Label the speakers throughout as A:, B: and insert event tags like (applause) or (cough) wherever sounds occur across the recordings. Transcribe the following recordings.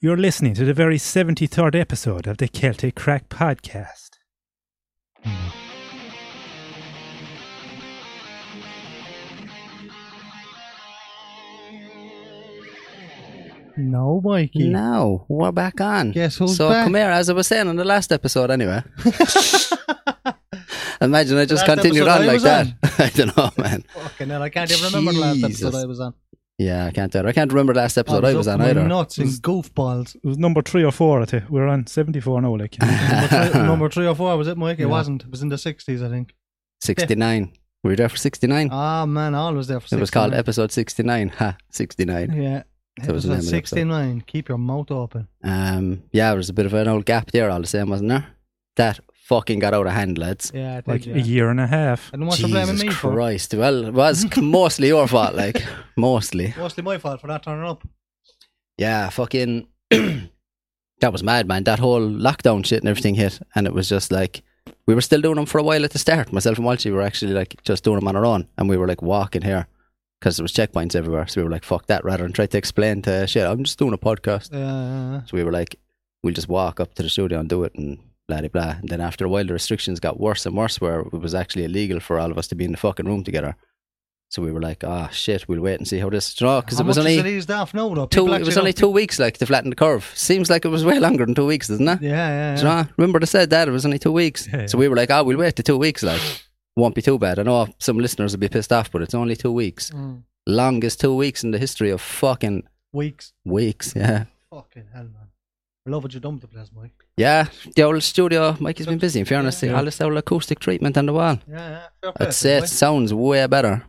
A: You're listening to the very 73rd episode of the Celtic Crack Podcast.
B: No, Mikey.
C: No, we're back on.
B: Guess who's
C: so
B: back?
C: come here, as I was saying in the last
B: (laughs)
C: episode, anyway. Imagine I just
B: Last
C: continued
B: episode
C: on
B: I
C: like
B: was
C: that. (laughs) I don't know, man.
B: Fucking hell, I can't even remember the last episode
C: Jesus.
B: I was on.
C: Yeah, I can't either. I can't remember the last episode I was,
B: up
C: on
B: to Oh, my
C: either. (laughs)
B: Nuts and goofballs.
A: It was number three or four, I think. We're on 74 now,
C: (laughs)
A: like.
B: number, three, number three or four was it, Mike? It wasn't. It was in the sixties, I
C: (laughs)
B: think.
C: 69. We were there for 69.
B: Ah man, I was there for.
C: it was called
B: 69.
C: episode 69. Ha, 69.
B: Yeah.
C: That was
B: episode
C: the name of the episode.
B: sixty-nine. Keep your mouth open.
C: Um, yeah, there was a bit of an old gap there, all the same, wasn't there? That fucking got out of hand, lads.
B: Yeah, I
A: (laughs) like
B: did, yeah.
A: a year and a half.
B: And what's the blame
C: Jesus
B: me for?
C: Christ. Well, it was
B: (laughs)
C: mostly your fault, like. Mostly.
B: Mostly my fault for not turning up.
C: Yeah, fucking. (clears throat) that was mad, man. That whole lockdown shit and everything hit. And it was just like, we were still doing them for a while at the start. Myself and Walshy were actually like just doing them on our own. And we were like walking here because there was checkpoints everywhere. So we were like, fuck that, rather than try to explain to shit, I'm just doing a podcast.
B: Uh,
C: So we were like, we'll just walk up to the studio and do it and blah, blah, blah. And then after a while, the restrictions got worse and worse where it was actually illegal for all of us to be in the fucking room together. So we were like, ah, shit, we'll wait and see how this, you know, because
B: how
C: it was
B: much
C: only
B: is it eased off now, though?
C: two.
B: People
C: It was
B: actually
C: only two weeks, like to flatten the curve. Seems like it was way longer than two weeks, doesn't it?
B: don't- Yeah, yeah.
C: Do
B: yeah.
C: you know? Remember they said that it was only two weeks,
B: (laughs)
A: Yeah,
C: so we were like, "Oh, we'll wait the two weeks. Like, won't be too bad." I know some listeners will be pissed off, but it's only two weeks.
B: Mm.
C: Longest two weeks in the history of fucking
B: Weeks.
C: weeks. Yeah,
B: Fucking hell, man. I love what you done with the place, Mike.
C: yeah. The old studio. Mike has been busy. In fairness,
B: Yeah.
C: all this old acoustic treatment on the wall.
B: Yeah, yeah. fair play
C: I'd
B: to you,
C: say
B: Mike.
C: it sounds way better.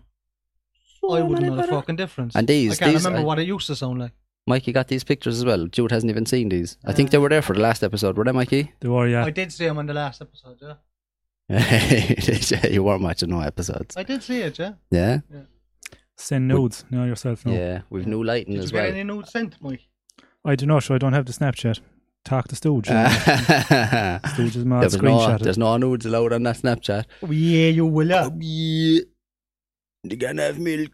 B: I wouldn't know the fucking difference.
C: And these-
B: I can't
C: these-
B: remember
C: I-
B: what it used to sound like.
C: Mikey got these pictures as well. Jude hasn't even seen these. I think they were there for the last episode, were they, Mikey? (laughs)
A: The warrior.
B: I did see him on the last episode, yeah.
C: you weren't watching no episodes.
B: I did see it, yeah.
C: Yeah.
A: Send nudes now yourself now.
C: Yeah, we've new lighting
B: Did you
C: as
B: get
A: (laughs)
C: well.
B: any nude sent, Mike?
A: I do not, so I don't have the Snapchat. Talk to Stooge.
C: there
A: Stooge is mad.
C: was no,
A: Ah, Screenshot it.
C: Ah. there's no nudes allowed on that Snapchat.
B: Oh, yeah, you will, yeah.
C: Yeah. You can have milk.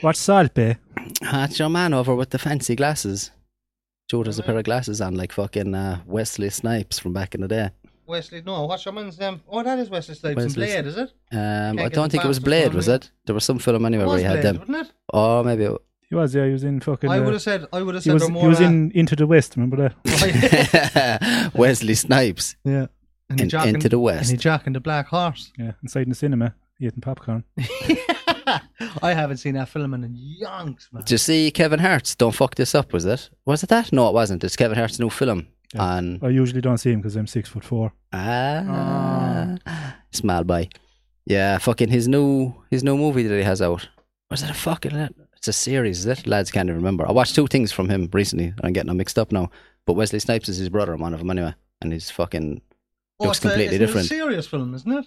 A: What's salt, bae?
C: That's your man over with the fancy glasses. Jude has a pair of glasses on, like fucking uh, Wesley Snipes from back in the day.
B: Wesley, no, what's your man's name? Oh, that is Wesley Snipes and
C: Wesley-
B: Blade, is it?
C: Um,
B: Can't
C: I
B: get
C: don't
B: the
C: think it was
B: bastards
C: Blade,
B: on
C: was
B: me.
C: it? There was some film anyway
B: It
C: where
B: was
C: he had
B: Blade,
C: them.
B: wasn't it?
C: Oh, maybe. It...
A: He was, yeah, he was in fucking.
B: I
A: uh,
B: would have said, I would have
A: he
B: said
A: was,
B: they're
A: he
B: more...
A: was
B: uh, (laughs)
A: in Into the West, remember that?
C: (laughs) Wesley Snipes
B: yeah. And,
C: (laughs) in
B: he jock
C: Into the
B: and
C: West.
B: he jock in the Black Horse. (laughs)
A: Yeah, inside the cinema, eating popcorn.
B: I haven't seen that film in yonks, man.
C: Did you see Kevin Hart's Don't Fuck This Up, was it? Was it that? No, it wasn't. It's Kevin Hart's new film
A: Yeah.
C: on
A: I usually don't see him because I'm six foot four.
C: Ah, small boy. Yeah, fucking his new his new movie that he has out. Was it a fucking? It's a series. Is it? Lads can't even remember. I watched two things from him recently. I'm getting them mixed up now. But Wesley Snipes is his brother, one of them anyway, and he's fucking
B: oh,
C: looks
B: it's a-
C: completely
B: it's a
C: different.
B: serious film, isn't it?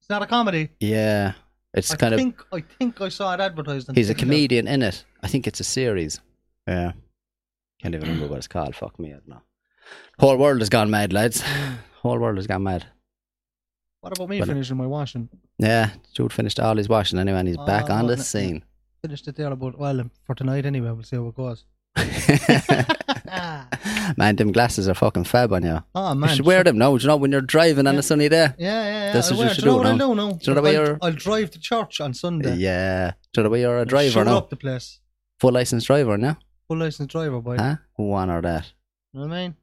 B: It's not a comedy.
C: yeah. It's
B: I
C: kind of
B: think, I think I saw it advertised. on
C: he's a
B: Twitter.
C: comedian in it. I think it's a series. Yeah, can't even remember what it's called. Fuck me, I don't know. Whole world has gone
B: (sighs)
C: mad, lads. Whole world has gone mad.
B: What about me
C: Well-
B: finishing my washing?
C: Yeah, Jude finished all his washing anyway, and he's back
B: Oh,
C: on the
B: no.
C: scene.
B: Finished it there about, well, for tonight anyway, we'll see how it goes. Ah,
C: (laughs) man, them glasses are fucking fab on you.
B: oh,
C: You
B: man.
C: should wear them now, do you know, when you're driving on
B: Yeah.
C: a sunny day.
B: Yeah, yeah, yeah.
C: That's
B: I'll
C: what you
B: wear-
C: should
B: do. You
C: do
B: know what
C: now.
B: I'll do now?
C: Do you know the way
B: I'll,
C: you're-
B: I'll drive to church on Sunday.
C: Yeah. Do you know, when you're a driver
B: Shut
C: now.
B: up the place.
C: Full licensed driver now.
B: Full licensed driver, boy.
C: Huh? One or that.
B: You know what I mean?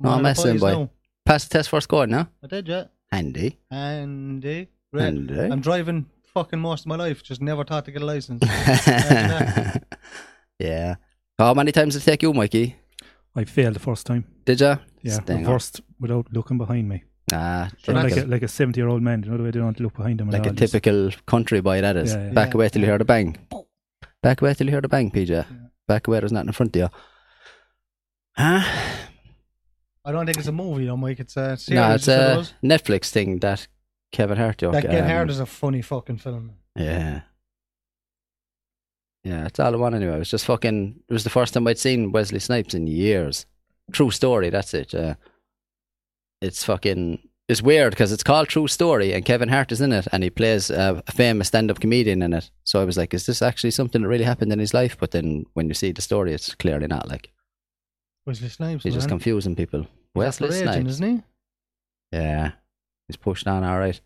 C: No,
B: One of the
C: messing,
B: boys
C: boy.
B: now.
C: Pass the test for scoring now.
B: I did, yeah.
C: Handy.
B: Andy. Great.
C: Andy.
B: I'm driving fucking most of my life. Just never thought to get a
C: (laughs)
B: license.
C: yeah. How many times did it take you, Mikey?
A: I failed the first time.
C: Did you?
A: Yeah, reversed without looking behind me.
C: Ah,
A: You know,
C: like,
A: like a
C: a,
A: like a seventy year old man, you know the way they don't look behind them. at
C: like a
A: all, just-
C: typical country boy, that is.
A: Yeah, yeah.
C: Back
B: Yeah.
C: away till you hear the bang. Back away till you hear the bang, PJ. Back away, there's nothing in front of you. Huh?
B: I don't think it's a movie, though, Mike. It's a series.
C: No, it's
B: you said it
C: a
B: was.
C: Netflix thing that Kevin Hart joke.
B: That Get
C: um,
B: Hard is a funny fucking film.
C: Yeah. Yeah, it's all I want anyway. It was just fucking. It was the first time I'd seen Wesley Snipes in years. True story. That's it. Uh, it's fucking. It's weird because it's called True Story and Kevin Hart is in it and he plays uh, a famous stand-up comedian in it. So I was like, is this actually something that really happened in his life? But then when you see the story, it's clearly not. Like,
B: Wesley Snipes.
C: He's just
B: man.
C: confusing people. Wesley
B: That's the raging,
C: Snipes.
B: isn't he?
C: Yeah. He's pushing on all right.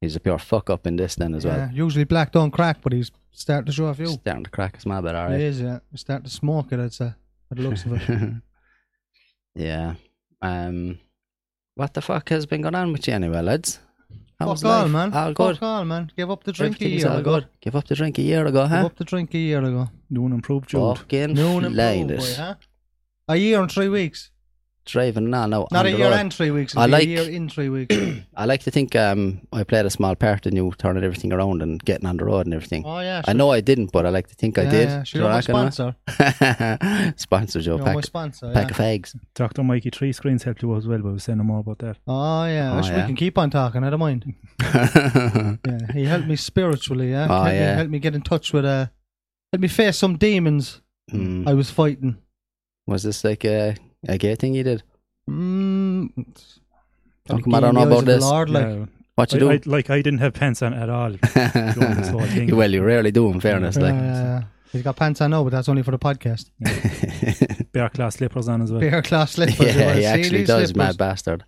C: He's a pure fuck up in this then as
B: yeah,
C: well.
B: Usually black don't crack, but he's starting to show a few.
C: Starting to crack his mouth a bit, all
B: He
C: right.
B: is, yeah. He's starting to smoke it, I'd say, by the looks of
C: (laughs)
B: it.
C: yeah. Um, what the fuck has been going on with you anyway, lads?
B: Fuck
C: was
B: all,
C: life?
B: man.
C: All good.
B: Fuck all, man. Give up the drink a
C: Everything's
B: year
C: all
B: ago.
C: good. Give up the drink a year ago,
B: Give
C: huh?
B: up the drink a year ago.
C: (laughs)
A: No one improved, Jude.
C: Fucking
B: No one
C: flying
B: improved, boy,
C: it.
B: huh? A year and three weeks.
C: Driving now, no.
B: Not
C: on
B: a
C: the
B: year
C: road.
B: and three weeks.
C: Oh I
B: it'll be
C: like-
B: a year in three
C: (coughs)
B: weeks.
C: I like to think um, I played a small part in you turning everything around and getting on the road and everything.
B: oh yeah.
C: I
B: sure.
C: know I didn't, but I like to think I
B: yeah,
C: did.
B: Yeah,
C: Do
B: sure,
C: you
B: you're my
C: reckon, huh?
B: sponsor.
C: (laughs) Sponsor Joe
B: You're
C: Pack.
B: my sponsor.
C: Pack
B: Yeah. (laughs)
C: of eggs.
A: Dr. Mikey Tree Screens helped you as well, but we'll say no more about that.
B: Oh yeah.
C: Oh,
B: I wish
C: yeah.
B: we can keep on talking. I don't
C: (laughs)
B: mind. Yeah, he helped me spiritually. Yeah.
C: Oh,
B: helped
C: yeah.
B: Me, helped me get in touch with. Uh, helped me face some demons
C: Hmm.
B: I was fighting.
C: Was this like a, a gay thing you did?
B: Mm.
C: How
B: Like
C: come I
B: in
C: don't
B: the eyes
C: know about
B: of the
C: this?
B: Lord, like,
A: Yeah.
C: What you
A: I,
C: do?
A: I, like, I didn't have pants on at all. (laughs) doing this
C: (laughs)
A: whole thing.
C: well, you rarely do, in fairness.
B: yeah,
C: Like,
B: yeah, yeah. uh, he's got pants on now, but that's only for the podcast.
C: (laughs)
A: Bear class slippers on as well.
B: Beer class slippers.
C: yeah,
B: well,
C: he
B: see
C: actually
B: these
C: does,
B: slippers?
C: mad bastard.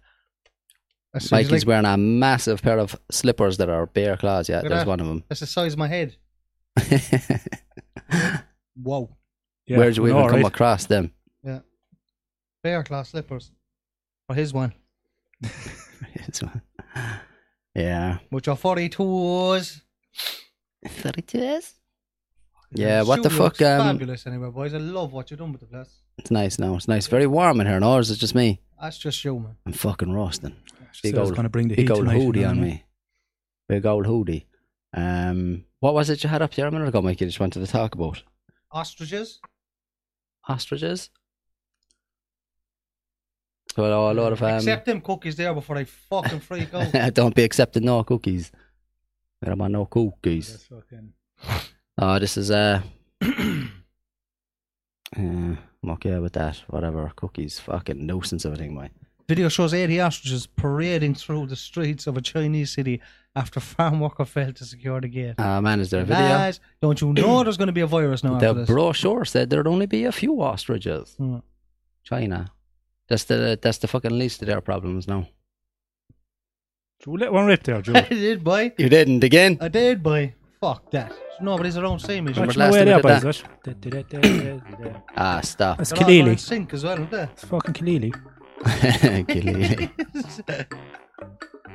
B: That's- he's
C: Mikey's
B: like-
C: wearing a massive pair of slippers that are bare claws. Yeah,
B: Look at
C: there's
B: that.
C: one
B: (laughs)
C: of (laughs) them.
B: that's the size of my head. Whoa.
A: Yeah,
C: Where'd you
A: I know,
C: even come
A: right?
C: across them? (laughs)
B: Bear class slippers. Or his one.
C: It's one- yeah.
B: Which are 42s.
C: Yeah, what the
B: Shoe
C: fuck?
B: looks
C: Um,
B: fabulous anyway, boys. I love what you're doing with the place.
C: it's nice now. It's nice. Very warm in here. No, or is it just me?
B: That's just you, man.
C: I'm fucking roasting.
A: So
C: Big
A: I was
C: old-
A: gonna bring the
C: Big
A: heat
C: old
A: tonight, you
C: hoodie
A: know
C: on
A: what I
C: me. Big old hoodie. Um, what was it you had up there a minute ago, Mike? You just wanted to talk about
B: Ostriches?
C: ostriches. Well, a lot of um, (laughs)
B: Accept them cookies there before I fucking freak out.
C: don't be accepting no cookies. There am I no cookies.
A: That's fucking-
C: Oh, this is uh, (clears throat) uh I'm okay with that. Whatever cookies, fucking nuisance of a thing, mate.
B: Video shows 80 ostriches parading through the streets of a Chinese city after farm worker failed to secure the gate.
C: Ah man, is there a video?
B: Lads, don't you know there's going to be a virus now after
C: the
B: this?
C: brochure said there'd only be a few ostriches.
B: Hmm. (laughs)
C: China. That's the that's the fucking least of their problems now.
A: Jude, let one rip there,
C: (laughs)
B: I
A: Jude.
B: did, boy.
C: You didn't again.
B: I did, boy. Fuck that. Nobody's around seeing me.
C: Remember
A: Watch my
C: last
A: way
C: time
A: there,
C: we did
A: boys. watch.
C: (laughs) Ah, stop. (laughs)
A: That's
B: They're all going in
A: Kalili.
B: sync as well, aren't they?
A: It's fucking Kalili.
C: Killy.
B: Fucking looks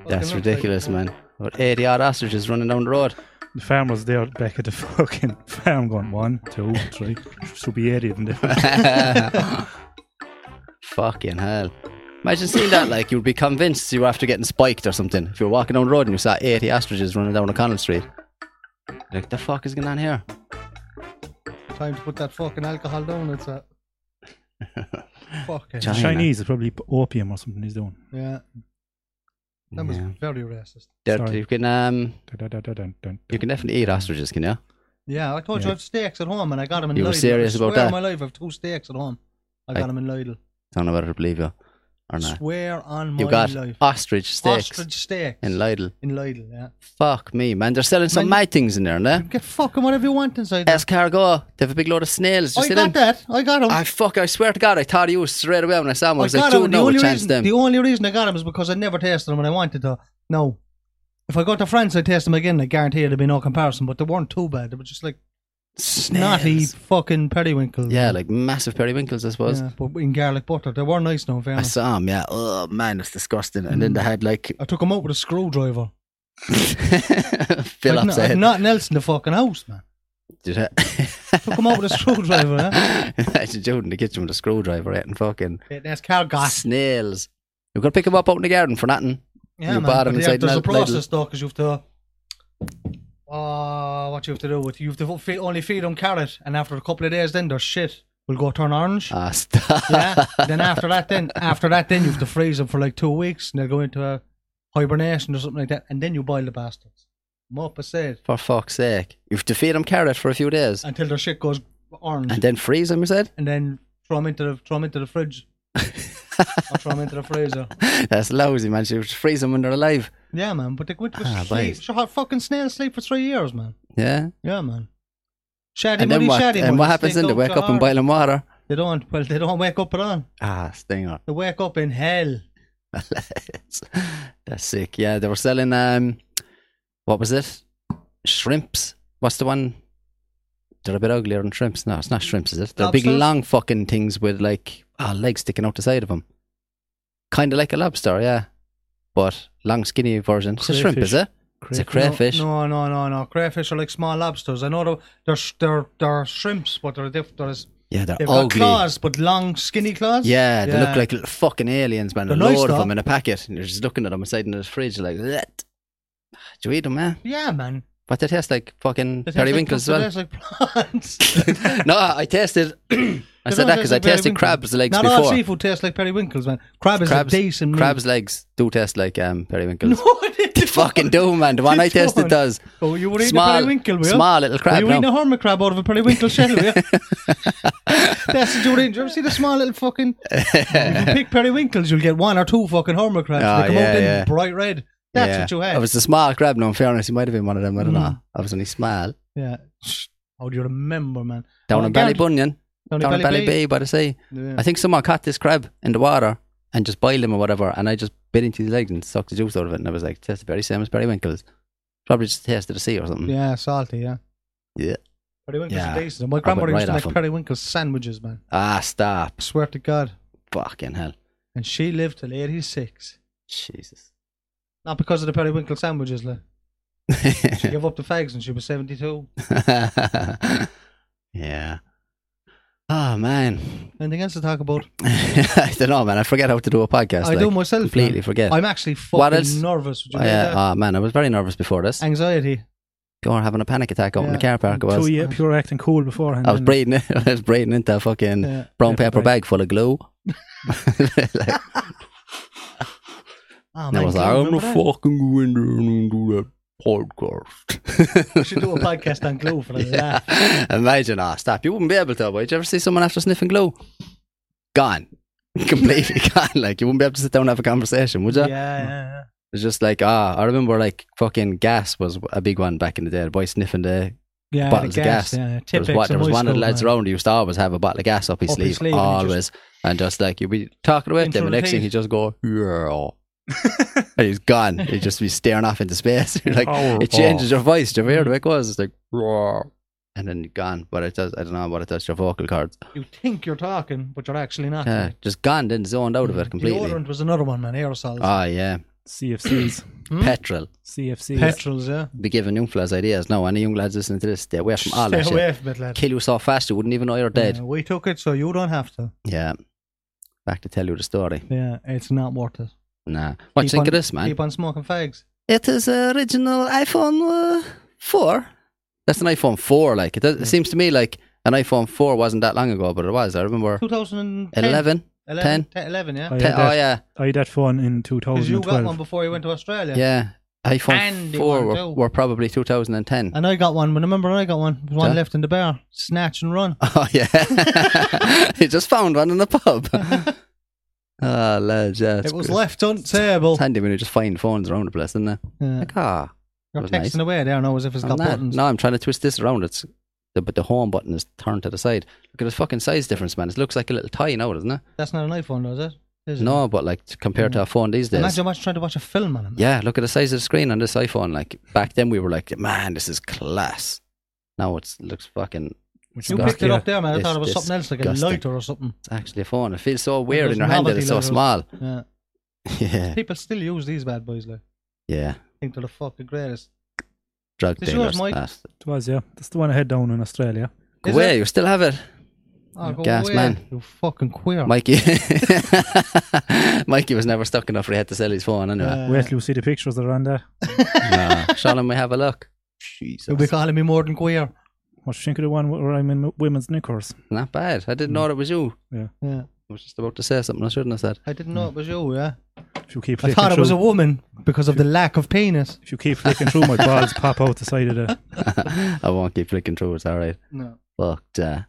C: that's
B: like-
C: ridiculous, man. About eighty odd ostriches running down the road.
A: The farmer's there back at the (laughs) fucking farm going one, two, three. Should be 80 of them
C: (laughs)
A: there.
C: Fucking hell. Imagine seeing that, like, you'd be convinced you were after getting spiked or something. If you were walking down the road and you saw 80 ostriches running down O'Connell Street. Like, the fuck is going on here?
B: Time to put that fucking alcohol down. It's a
C: (laughs)
B: fuck it.
C: China.
A: Chinese is probably opium or something he's doing.
B: Yeah, that was
C: Yeah.
B: very racist.
C: There-
A: Sorry.
C: You can um,
A: Dun, dun, dun, dun, dun.
C: you can definitely eat ostriches, can you?
B: Yeah, I told you I
A: Yeah.
B: have steaks at home, and I got them in.
C: You were
B: Lidl.
C: serious
B: I
C: about
B: swear
C: that?
B: On my life, I have two steaks at home. I
C: Aye.
B: got them in Lidl.
C: Don't know whether to believe you or not.
B: Swear on my
C: You got
B: life.
C: ostrich steaks
B: Ostrich steaks
C: in Lidl.
B: In Lidl, yeah.
C: Fuck me, man. They're selling some
B: Man-
C: mad things in there, no?
B: You Get fucking whatever you want inside. there.
C: Escargot. They have a big load of snails.
B: I
C: Just in
B: got that. I got them.
C: I fuck, I swear to God, I thought you was straight away when I saw him. I was like,
B: got 'em.
C: dude,
B: The
C: no,
B: only
C: a chance
B: reason,
C: them.
B: The only reason I got them is because I never tasted them and I wanted to. No. If I go to France, I'd taste them again. I guarantee there'd be no comparison, but they weren't too bad. They were just like snotty
C: Snails.
B: fucking periwinkles.
C: Yeah, like massive periwinkles, I suppose.
B: Yeah, but in garlic butter. They were nice, now, in
C: I
B: fairness.
C: saw them, yeah. Oh, man, it's disgusting. And
B: Mm.
C: then they had like (laughs)
B: I took them out with a screwdriver.
C: Phillips
B: Like, no,
C: head.
B: nothing else in the fucking house, man.
C: Did it? (laughs)
B: Took them out with a (laughs) screwdriver, eh?
C: Imagine Jude in the kitchen with a screwdriver out and fucking
B: Yeah, That's cow gas.
C: snails. You've got to pick them up out in the garden for nothing.
B: Yeah,
C: You
B: man.
C: bought 'em
B: but yeah,
C: inside
B: there's a
C: Lidl.
B: process, though, because you have to. Oh, what you have to do with you have to feed, only feed them carrot, and after a couple of days, then their shit will go turn
C: (laughs)
B: orange.
C: Ah, stop.
B: yeah. Then after that, then after that, then you have to freeze them for like two weeks, and they'll go into a hibernation or something like that, and then you boil the bastards. Mop said
C: For fuck's sake. You have to feed them carrot for a few days
B: until their shit goes orange,
C: and then freeze them, you said?
B: and then throw them into the throw 'em into the
C: (laughs)
B: fridge. or throw them into the freezer.
C: That's lousy, man. You have to freeze them when they're alive.
B: Yeah, man. But they went to
C: Ah,
B: sleep.
C: boys.
B: Sure, how fucking snails sleep for three years, man.
C: Yeah.
B: Yeah, man. Shady
C: And then
B: money,
C: what?
B: shady
C: And
B: money,
C: what happens
B: stick
C: then? They
B: out
C: wake
B: your
C: up in
B: heart.
C: boiling water.
B: They don't. Well, they don't wake up at all.
C: Ah, stinger.
B: They wake up in hell.
C: (laughs) That's sick. Yeah, they were selling um, what was it? Shrimps. What's the one? They're a bit uglier than shrimps. No, it's not shrimps, is it? They're big,
B: Lobsters?
C: long fucking things with like ah legs sticking out the side of them, kind of like a lobster, yeah, but long, skinny version. It's a shrimp, is it?
A: Crayfish.
C: It's a crayfish.
B: No, no, no, no. Crayfish are like small lobsters. I know they're they're, sh- they're, they're shrimps, but they're diff- they're, s-
C: Yeah, they're
B: they've got
C: ugly.
B: claws, but long, skinny claws.
C: Yeah, they
B: Yeah.
C: look like little fucking aliens, man. A
B: They're nice,
C: load of
B: though.
C: them in a packet, and you're just looking at them inside in the fridge, like, "Blech." do you eat them, man?
B: Yeah, man.
C: But they taste like fucking
B: They taste
C: periwinkles
B: like,
C: as
B: They taste like plants.
C: well. no, (laughs) I tasted. (clears throat) I
B: They don't taste
C: said that because I
B: like
C: tasted
B: periwinkles.
C: crab's legs
B: Not all
C: before.
B: seafood tastes like periwinkles, man. Crab is
C: crabs,
B: a decent meal.
C: crab's legs do taste like um, periwinkles.
B: (laughs) No, it didn't.
C: Fucking do, man. The one
B: They
C: I tasted
B: don't.
C: does.
B: Oh, you were eating
C: Small-
B: a periwinkle, were you?
C: small little crab,
B: Were you
C: no.
B: eating a hermit crab out of a periwinkle shell, were you? (laughs) That's what you were eating. Did you ever see the small little fucking... if you pick periwinkles, you'll get one or two fucking hermit crabs.
C: Ah,
B: they come
C: yeah,
B: out in
C: yeah.
B: bright red. That's
C: Yeah.
B: what you
C: I
B: had.
C: was a small crab, no, in fairness. He might have been one of them. I don't
B: Mm.
C: know. I was only small.
B: Yeah. How do you remember, man?
C: Down
B: Oh,
C: in Ballybunion.
B: Gareth- Down
C: Down in Bally Bay by the sea.
B: Yeah.
C: I think someone caught this crab in the water and just boiled him or whatever, and I just bit into his legs and sucked the juice out of it, and I was like, "Tastes the very same as periwinkles." Probably just tasted the sea or something.
B: Yeah, salty, yeah.
C: Yeah.
B: Periwinkles
C: Yeah.
B: are decent. My grandmother
C: right
B: used to make
C: off 'em.
B: periwinkle sandwiches, man.
C: Ah, stop!
B: I swear to God.
C: Fucking hell!
B: And she lived till 86. (laughs)
C: Jesus.
B: Not because of the periwinkle sandwiches, like.
C: (laughs)
B: She gave up the fags when she was 72.
C: yeah. Oh man, (laughs)
B: Anything else to talk about?
C: I don't know, man. I forget how to do a podcast.
B: I
C: like,
B: do myself.
C: completely
B: man.
C: forget.
B: I'm actually
C: What else?
B: fucking nervous. Would you
C: Oh,
B: believe
C: yeah.
B: that?
C: Oh man, I was very nervous before this.
B: Anxiety.
C: Or having a panic attack out in the
B: Yeah.
C: car park. I
A: So
C: was.
A: yeah, you were acting cool beforehand.
C: I was
A: didn't
C: braiding. it- (laughs) I was braiding into a fucking
B: Yeah.
C: brown
A: Paper
C: paper
A: bag.
C: bag full of glue.
B: (laughs)
C: (laughs) Like,
B: Oh,
C: And I
B: man,
C: was
B: can
C: like,
B: Oh, you
C: I'm
B: remember
C: gonna
B: that?
C: fucking go in there and do that
B: We
C: podcast.
B: should
C: (laughs)
B: do a podcast on glue for the laugh.
C: Imagine, ah, stop. You wouldn't be able to, boy. Did you ever see someone after sniffing glue? Gone. (laughs)
B: (laughs)
C: Completely gone. Like, you wouldn't be able to sit down and have a conversation, would you?
B: Yeah, yeah, yeah.
C: It's just like, ah, I remember, like, fucking gas was a big one back in the day. The boy sniffing the.
B: yeah
C: Bottles
B: the
C: of
B: gas.
C: gas.
B: Yeah.
C: There was,
B: Tipex
C: what, there
B: in
C: was
B: my
C: one of the
B: school,
C: lads
B: man.
C: around who used to always have a bottle of gas up his
B: Up his
C: sleeve.
B: sleeve and he just-
C: always. and just, like, you'd be talking away to
B: Into
C: him, and next thing
B: routine.
C: he'd just go, yeah.
B: (laughs)
C: and he's gone. He'd just be staring off into space. (laughs) You're like,
A: Oh,
C: it changes your voice. Do you hear the way it goes? It's like, "Roar," and then gone. But it does, I don't know what it does to your vocal cords.
B: You think you're talking, but you're actually not.
C: Yeah, just gone, then zoned out of it completely.
B: Deodorant was another one, man. Aerosols.
C: Oh, yeah.
A: CFCs.
B: Hmm?
C: Petrol.
A: CFCs.
B: Petrols, yeah.
C: Be giving young fellas ideas. No, any young lads listening to this, stay away from all that
B: Stay
C: shit.
B: away from it, lad.
C: Kill you so fast you wouldn't even know you're
B: Yeah,
C: dead.
B: we took it, so you don't have to.
C: Yeah. Back to tell you the story.
B: Yeah, it's not worth it.
C: Nah. What do you
B: Keep
C: think
B: on-
C: of this, man?
B: Keep on smoking fags.
C: It is a original iPhone uh, 4. That's an iPhone 4, like. It, does, it seems to me like an iPhone 4 wasn't that long ago, but it was. I remember
B: 2010.
C: 11.
B: 11, 10, 11 yeah.
A: I
C: Te-
A: had
C: oh,
A: that,
C: yeah.
A: I had that phone in
B: Because you got
A: 2012.
B: one before you went to Australia.
C: Yeah. iPhone
B: And they
C: 4
B: weren't
C: were,
B: out.
C: were probably 2010.
B: And I got one, but remember I got one. There was one
C: Yeah.
B: left in the bar. Snatch and run.
C: (laughs) Oh,
B: (laughs)
C: yeah. he just found one in a pub. oh, lads, yeah. it's-
B: it was
C: it's-
B: left on the table.
C: It's handy when you just find phones around the place, isn't it?
B: Yeah.
C: Like, ah.
B: You're
C: was
B: texting
C: nice.
B: away there now as if it's
C: I'm
B: got
C: not-
B: buttons.
C: no, I'm trying to twist this around. It's the, But the home button is turned to the side. Look at the fucking size difference, man. It looks like a little tie now, doesn't it?
B: That's not an iPhone, though, is it? Is it?
C: No, but like compared to a phone these days.
B: Imagine much trying to watch a film on it. man.
C: Yeah, look at the size of the screen on this iPhone. Like back then, we were like, man, this is class. Now it looks fucking.
A: which
B: You
A: is
B: picked it
A: Nokia.
B: up there, man. I
C: It's
B: thought it was something else, like a
C: disgusting.
B: lighter or something.
C: It's actually a phone. It feels so weird
B: those
C: in your hand that
B: novelty
C: it's so
B: letters.
C: small.
B: Yeah.
C: (laughs) Yeah.
B: People still use these bad boys, like.
C: Yeah.
B: think they're the fucking greatest.
C: Drug
B: This
C: dealers.
B: yours, Mike?
C: that's-
A: It was, yeah. That's the one I had down in Australia.
C: Go
B: Is
C: away,
B: it?
C: you still have it.
B: Oh, go
C: Gas
B: away.
C: man.
B: You fucking queer.
C: Mikey. (laughs) Mikey was never stuck enough for he had to sell his phone anyway.
B: Uh,
A: Wait till you see the pictures that are on there.
C: Nah. Sean and me have a look. Jesus.
B: You'll be calling me more than queer.
A: What do you think of the one where I'm in women's knickers?
C: Not bad. I
B: Mm.
C: didn't know it was you.
B: Yeah.
C: I was just about to say something I shouldn't have said. (laughs)
B: I didn't know it was you, yeah.
A: If you keep
B: I
A: flicking
B: thought it was a
A: through-
B: woman because of the lack of penis.
A: if you keep flicking through, my balls pop out the side of the.
C: I won't keep flicking through. It's all right.
B: No.
C: Fucked. Uh,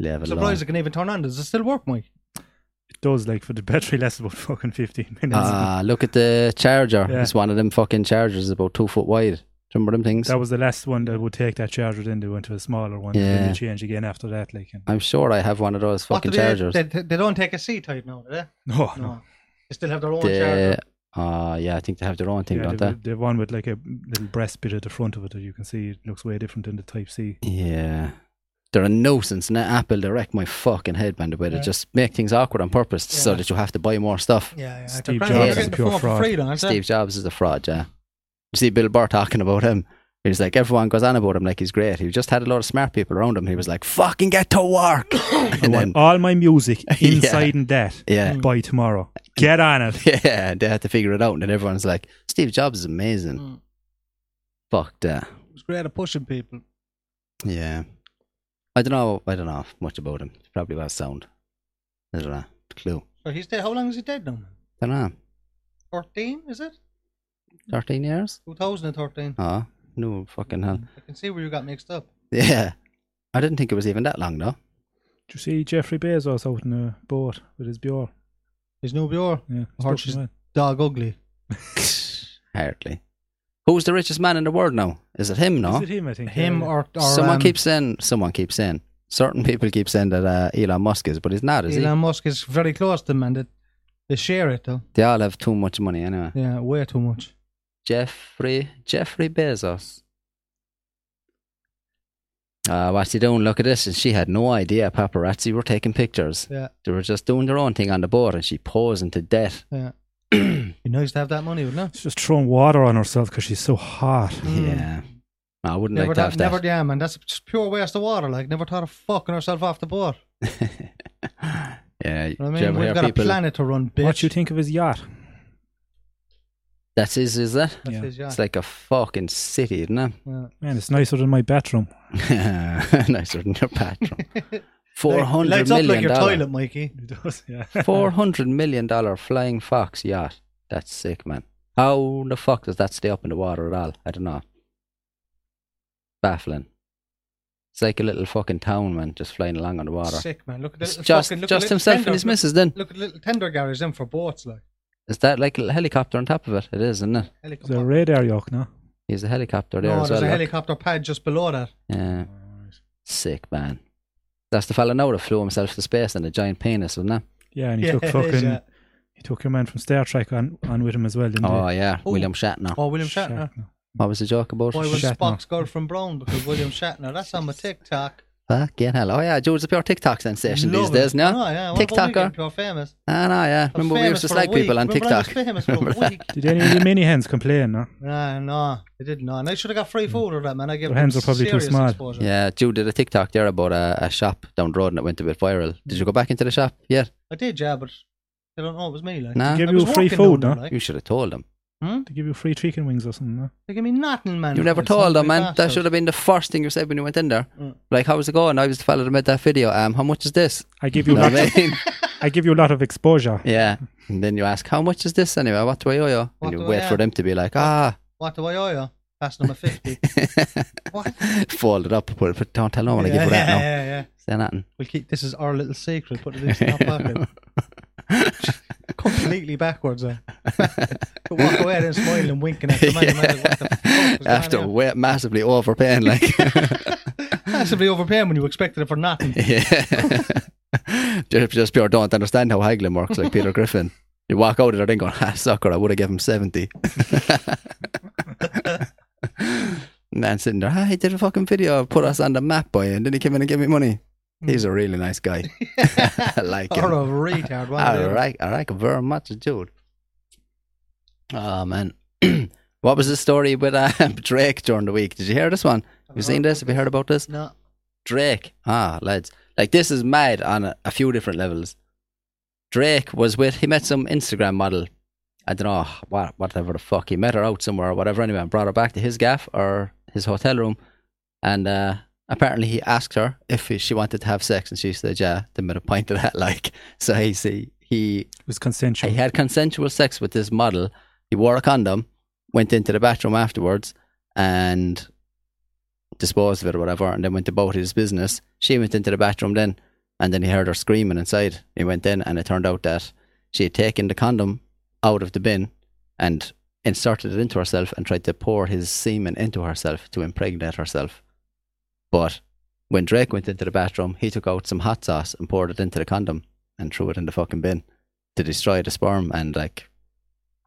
C: leave it alone.
B: Surprised it can even turn on. Does it still work, Mike?
A: It does like for the battery lasts about fucking fifteen minutes.
C: Ah, look at the charger.
A: Yeah.
C: It's one of them fucking chargers, about two foot wide. Do Remember them things?
A: That was the last one that would take that charger then they went to a smaller one. And then
C: Yeah.
A: they change again after that, like and,
C: I'm sure I have one of those
B: What do
C: fucking chargers.
B: They, they, they don't take a C type now, do they?
A: no, no.
B: No. eh? They still have their own
C: They-
B: charger.
C: uh, yeah, I think they have their own thing,
A: Yeah,
C: don't
A: the,
C: they?
A: the one with like a little breast bit at the front of it that you can see it looks way different than the Type C.
C: Yeah. They're a nuisance now. Apple, they wreck my fucking head, man. The way they
B: Yeah.
C: just make things awkward on purpose so
B: Yeah.
C: that you have to buy more stuff.
B: Yeah, yeah.
A: Steve
B: They're
C: Jobs
B: probably
C: is
B: getting
A: a
B: the
A: pure
B: phone for
A: fraud.
B: free, though, aren't they?
C: Steve Jobs is a fraud, yeah. You see Bill Burr talking about him. He's like, everyone goes on about him like he's great. He just had a lot of smart people around him. He was like, fucking get to work.
A: I
C: (coughs) and then, oh.
A: want all my music
C: (laughs) Yeah.
A: inside and that
C: yeah. (laughs)
A: by tomorrow. Get on it.
C: Yeah, they had to figure it out. And then everyone's like, Steve Jobs is amazing.
B: Mm.
C: Fuck that.
B: It was great at pushing people.
C: Yeah. I don't know. I don't know much about him. Probably about sound. I don't know. Clue.
B: So he's dead. How long is he dead now?
C: Don't know.
B: 13, is it?
C: 13 years?
B: 2013.
C: Oh, no fucking hell.
B: I can see where you got mixed up.
C: Yeah. I didn't think it was even that long, though.
A: Did you see Jeffrey Bezos out in a boat with his Bjorn?
B: There's no Bjorn.
A: Yeah, it's
B: Horse
A: looking well.
B: Dog ugly.
C: Hardly. Who's the richest man in the world now? Is it him, no?
A: Is it him? I think
B: Him
A: yeah.
B: or, or
C: someone
B: um,
C: keeps saying, someone keeps saying, certain people keep saying that uh, Elon Musk is, but he's not, is
B: Elon Musk is very close to them, and they, they share it though.
C: he? They all have too much money anyway.
B: Yeah, way too much.
C: Jeffrey, Jeffrey Bezos. Uh, what's he doing? Look at this. And she had no idea paparazzi were taking pictures.
B: Yeah,
C: They were just doing their own thing on the boat and she posing to death. (clears throat)
B: yeah. Be nice to have that money, wouldn't it?
A: She's just throwing water on herself because she's so hot.
B: Mm.
C: Yeah. No, I wouldn't
B: Never,
C: like to
B: that,
C: have that.
B: never, yeah, man. That's just pure waste of water. Like, never thought of fucking herself off the board.
C: yeah,
B: You know
C: do
B: what
C: you
B: I mean,
C: ever
B: we've
C: hear
B: got
C: people-
B: a planet to run, bitch.
A: What you think of his yacht?
C: That's his, is that?
B: That's
A: Yeah.
B: his yacht.
C: It's like a fucking city, isn't it?
B: Yeah.
A: Man, it's nicer than my bathroom.
C: (laughs) Nicer than your bathroom. er
B: (laughs)
C: Four hundred
B: Lights up like
C: million
B: your
C: dollar,
B: toilet, Mikey.
A: It does, (laughs) yeah.
C: four hundred million dollar flying fox yacht. That's sick, man. How the fuck does that stay up in the water at all? I don't know. Baffling. It's like a little fucking town, man, just flying along on the water.
B: Sick, man. Look at the
C: It's
B: little
C: just
B: fucking, look at
C: just
B: the little
C: himself
B: tender,
C: and his
B: look-
C: missus. Then
B: Look at the little tender garage then for boats, like.
C: is that like a little helicopter on top of it? It is, isn't it?
A: It's a
B: Helicopter.
A: radar yacht, no?
C: He's a helicopter there
B: No,
C: as
B: there's a
C: well. look.
B: helicopter pad just below that.
C: yeah, sick man. That's the fella now that flew himself to space and a giant penis, wasn't it?
A: Yeah, and he
B: (laughs) Yeah,
A: took
B: it is,
A: fucking
B: yeah.
A: he took your man from Star Trek on, on with him as well, didn't
C: Oh
A: he?
C: yeah,
B: Who?
C: William Shatner.
B: Oh, William Shatner.
C: What was the joke about?
B: Why was
A: Shatner.
B: Spock's girlfriend brown? Because William Shatner. That's on my TikTok.
C: Fucking hell. Oh, yeah, George, a pure TikTok sensation
B: Love
C: these days,
B: it.
C: no?
B: Oh, yeah. What about we getting
C: TikToker.
B: pure famous.
C: I know, yeah.
B: I was
C: Remember, we
B: famous
C: used to
B: for a
C: slag
B: week.
C: people on
B: Remember
C: TikTok.
B: I was famous
C: (laughs)
B: for a week.
A: Did any of the mini hens complain, no?
B: Nah, no, I didn't know. And I should have got free food or that, man. I gave
A: Their
B: them
A: hands are probably too
B: serious
A: small.
B: exposure.
C: Yeah, Jude did a TikTok there about a, a shop down the road and it went a bit viral. Did you go back into the shop yet?
B: I did, yeah, but they don't know it was me. Like,
C: Nah.
A: They
B: I
A: give
B: was
A: you free
B: walking
A: food,
B: down
A: no?
B: there, like.
C: You should have told them.
B: Hmm?
A: They give you free chicken wings or something, no?
B: They give me nothing, man.
C: You never
B: It's not
C: told them,
B: big
C: man. That
B: bastards.
C: should have been the first thing you said when you went in there.
B: Mm.
C: Like, how's it going? I was the fella that made that video. Um, how much is this?
A: I
C: (laughs)
A: give you
C: You know
A: lot,
C: what I mean?
A: I give you a lot of exposure.
C: yeah. And then you ask, how much is this anyway? What do I owe you?
B: What
C: and you
B: do I
C: wait for
B: owe?
C: them to be like, ah,
B: What do I owe you? Pass number
C: (laughs)
B: 50. what?
C: fold it up. Put it, put, don't tell no one I give
B: yeah,
C: you that
B: yeah,
C: now.
B: yeah, yeah.
C: Say nothing.
B: We'll keep this is our little secret. Put it in our
C: (laughs)
B: pocket. Completely backwards. Eh? (laughs) walk away and smiling and winking at the man. Yeah. Like, what the fuck was
C: (laughs) After
B: going on
C: wa- massively overpaying, like.
B: here? massively overpaying when you expected it for nothing.
C: (laughs) Yeah. just, just pure don't understand how haggling works, like Peter Griffin. You walk out of there and going, ah, sucker, I would have given him (laughs) 70. Man sitting there, ah, he did a fucking video, put us on the map, boy, and then he came in and gave me money. He's a really nice guy. (laughs) I like him.
B: Or a retard. one of
C: I
B: them.
C: like, I like him very much, dude. Oh, man. (clears throat) what was the story with uh, (laughs) Drake during the week? Did you hear this one? Have you seen this? Have you heard about this?
B: No.
C: Drake. Ah, lads. Like, this is mad on a, a few different levels. Drake was with, he met some Instagram model. I don't know, what, whatever the fuck. He met her out somewhere or whatever anyway and brought her back to his gaff or his hotel room. And uh, apparently he asked her if she wanted to have sex and she said, yeah, they made a point of that. (laughs) Like, so he, see, he
A: It was consensual.
C: he had consensual sex with this model. He wore a condom, went into the bathroom afterwards, and disposed of it or whatever, and then went about his business. She went into the bathroom then, and then he heard her screaming inside. He went in, and it turned out that she had taken the condom out of the bin and inserted it into herself and tried to pour his semen into herself to impregnate herself. But when Drake went into the bathroom, he took out some hot sauce and poured it into the condom and threw it in the fucking bin to destroy the sperm. And like,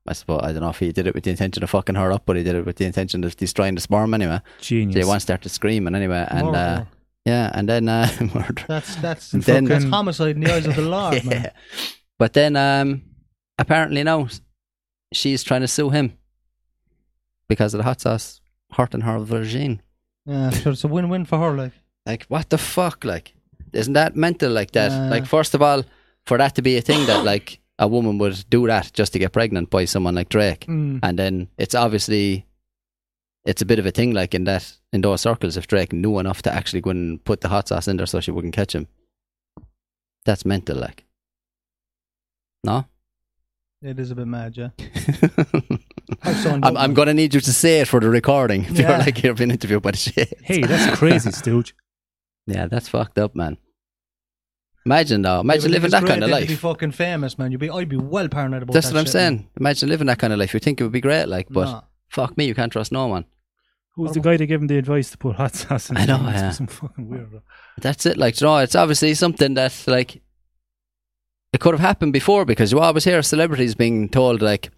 C: I suppose I don't know if he did it with the intention of fucking her up, but he did it with the intention of destroying the sperm anyway.
A: Genius.
C: So he once started screaming anyway, and uh,
B: Murder.
C: yeah, and then uh, (laughs) murder.
B: that's that's
C: and then-
B: that's homicide in the eyes of the law, man.
C: (laughs) Yeah. But then um, apparently now she's trying to sue him because of the hot sauce hurting her virgin.
B: (laughs) Yeah, sure, it's a win-win for her. Like,
C: Like what the fuck? Like isn't that mental? Like that?
B: Yeah.
C: like first of all, for that to be a thing that like a woman would do that just to get pregnant by someone like Drake,
B: mm,
C: and then it's obviously it's a bit of a thing like in that in those circles if Drake knew enough to actually go and put the hot sauce in there so she wouldn't catch him. That's mental, like. No. (laughs)
B: it is a bit mad, (laughs) yeah. I've so
C: I'm, I'm going to need you to say it for the recording. (laughs) If
B: Yeah.
C: You're like you've been interviewed by the shit.
A: Hey, that's
C: (laughs)
A: crazy, Stooge.
C: Yeah, that's fucked up, man. Imagine though.
B: Yeah,
C: Imagine
B: but
C: living
B: it'd
C: that
B: be
C: kind of
B: great, they'd Be
C: life.
B: fucking famous, man. You'd be, I'd be well paranoid about
C: That's
B: that
C: what I'm
B: shit,
C: saying.
B: man.
C: Imagine living that kind of life. You think it would be great, like, but
B: Nah.
C: fuck me, you can't trust no one.
A: Who was the guy that gave him the advice to put hot sauce in?
C: I
A: the
C: know,
A: thing? Must be
C: yeah.
A: Some fucking weirdo.
C: That's it. Like, you know, it's obviously something that like it could have happened before because you always hear celebrities being told like,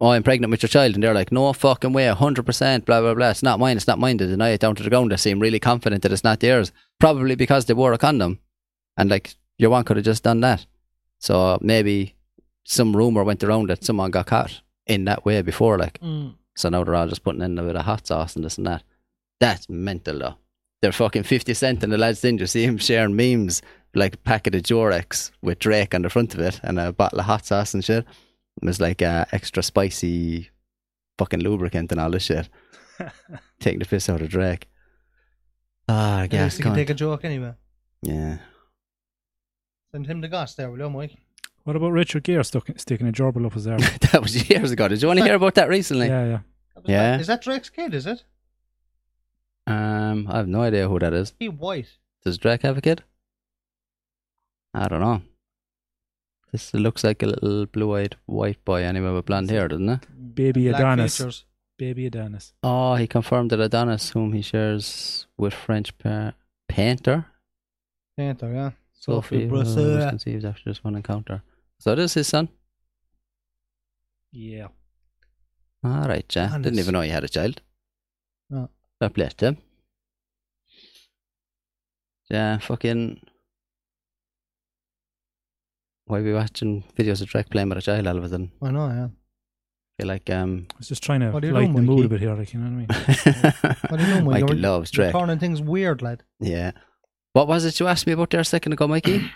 C: "Oh, I'm pregnant with your child," and they're like, "No fucking way, hundred percent, blah blah blah. It's not mine. It's not mine." They deny it down to the ground. They seem really confident that it's not theirs, probably because they wore a condom, and like your one could have just done that. So maybe some rumor went around that someone got caught in that way before, like.
B: Mm.
C: So now they're all just putting in a bit of hot sauce and this and that. That's mental though. They're fucking 50 Cent and the lads didn't you see him sharing memes like a packet of Jorex with Drake on the front of it and a bottle of hot sauce and shit. It was like uh, extra spicy fucking lubricant and all
B: (laughs)
C: this shit. Taking the piss out of Drake. Ah,
B: At
C: gas
B: least you can
C: cunt.
B: take a joke anyway.
C: Yeah. (laughs)
B: Send him the goss there, will you, Mike?
A: What about Richard Gere stuck, sticking a gerbil up his
C: (laughs)
A: arm?
C: that was years ago. Did you
B: (laughs)
C: want to hear about that recently?
A: yeah, yeah.
B: That was
C: Yeah.
B: That, is that Drake's kid? Is it?
C: Um, I have no idea who that is.
B: He white.
C: Does Drake have a kid? I don't know. This looks like a little blue-eyed white boy anyway with blonde hair, doesn't it?
A: Baby
B: Black
A: Adonis.
B: features.
A: Baby Adonis.
C: Oh, he confirmed that Adonis, whom he shares with French pa- painter
B: Panther, yeah.
C: Sophie,
B: Sophie
C: uh, was
B: Brasseur.
C: conceived after just one encounter. So this is his son.
A: Yeah.
C: All right, yeah. Didn't
B: Adonis.
C: even know he had a child.
B: No.
C: Fair play to him. Yeah, fucking. Why be watching videos of Drake playing with a child all of a sudden?
B: I know, yeah.
C: feel like um
B: (laughs)
A: I was just trying to
B: What are you
A: lighten the
B: doing,
A: mood
B: Mikey?
A: a bit here, like, you know what I mean?
C: (laughs)
B: What do you know, Mike?
C: Mikey
B: You're-
C: loves
B: you're
C: Drake.
B: Turning things weird, lad.
C: Yeah. What was it you asked me about there a second ago, Mikey?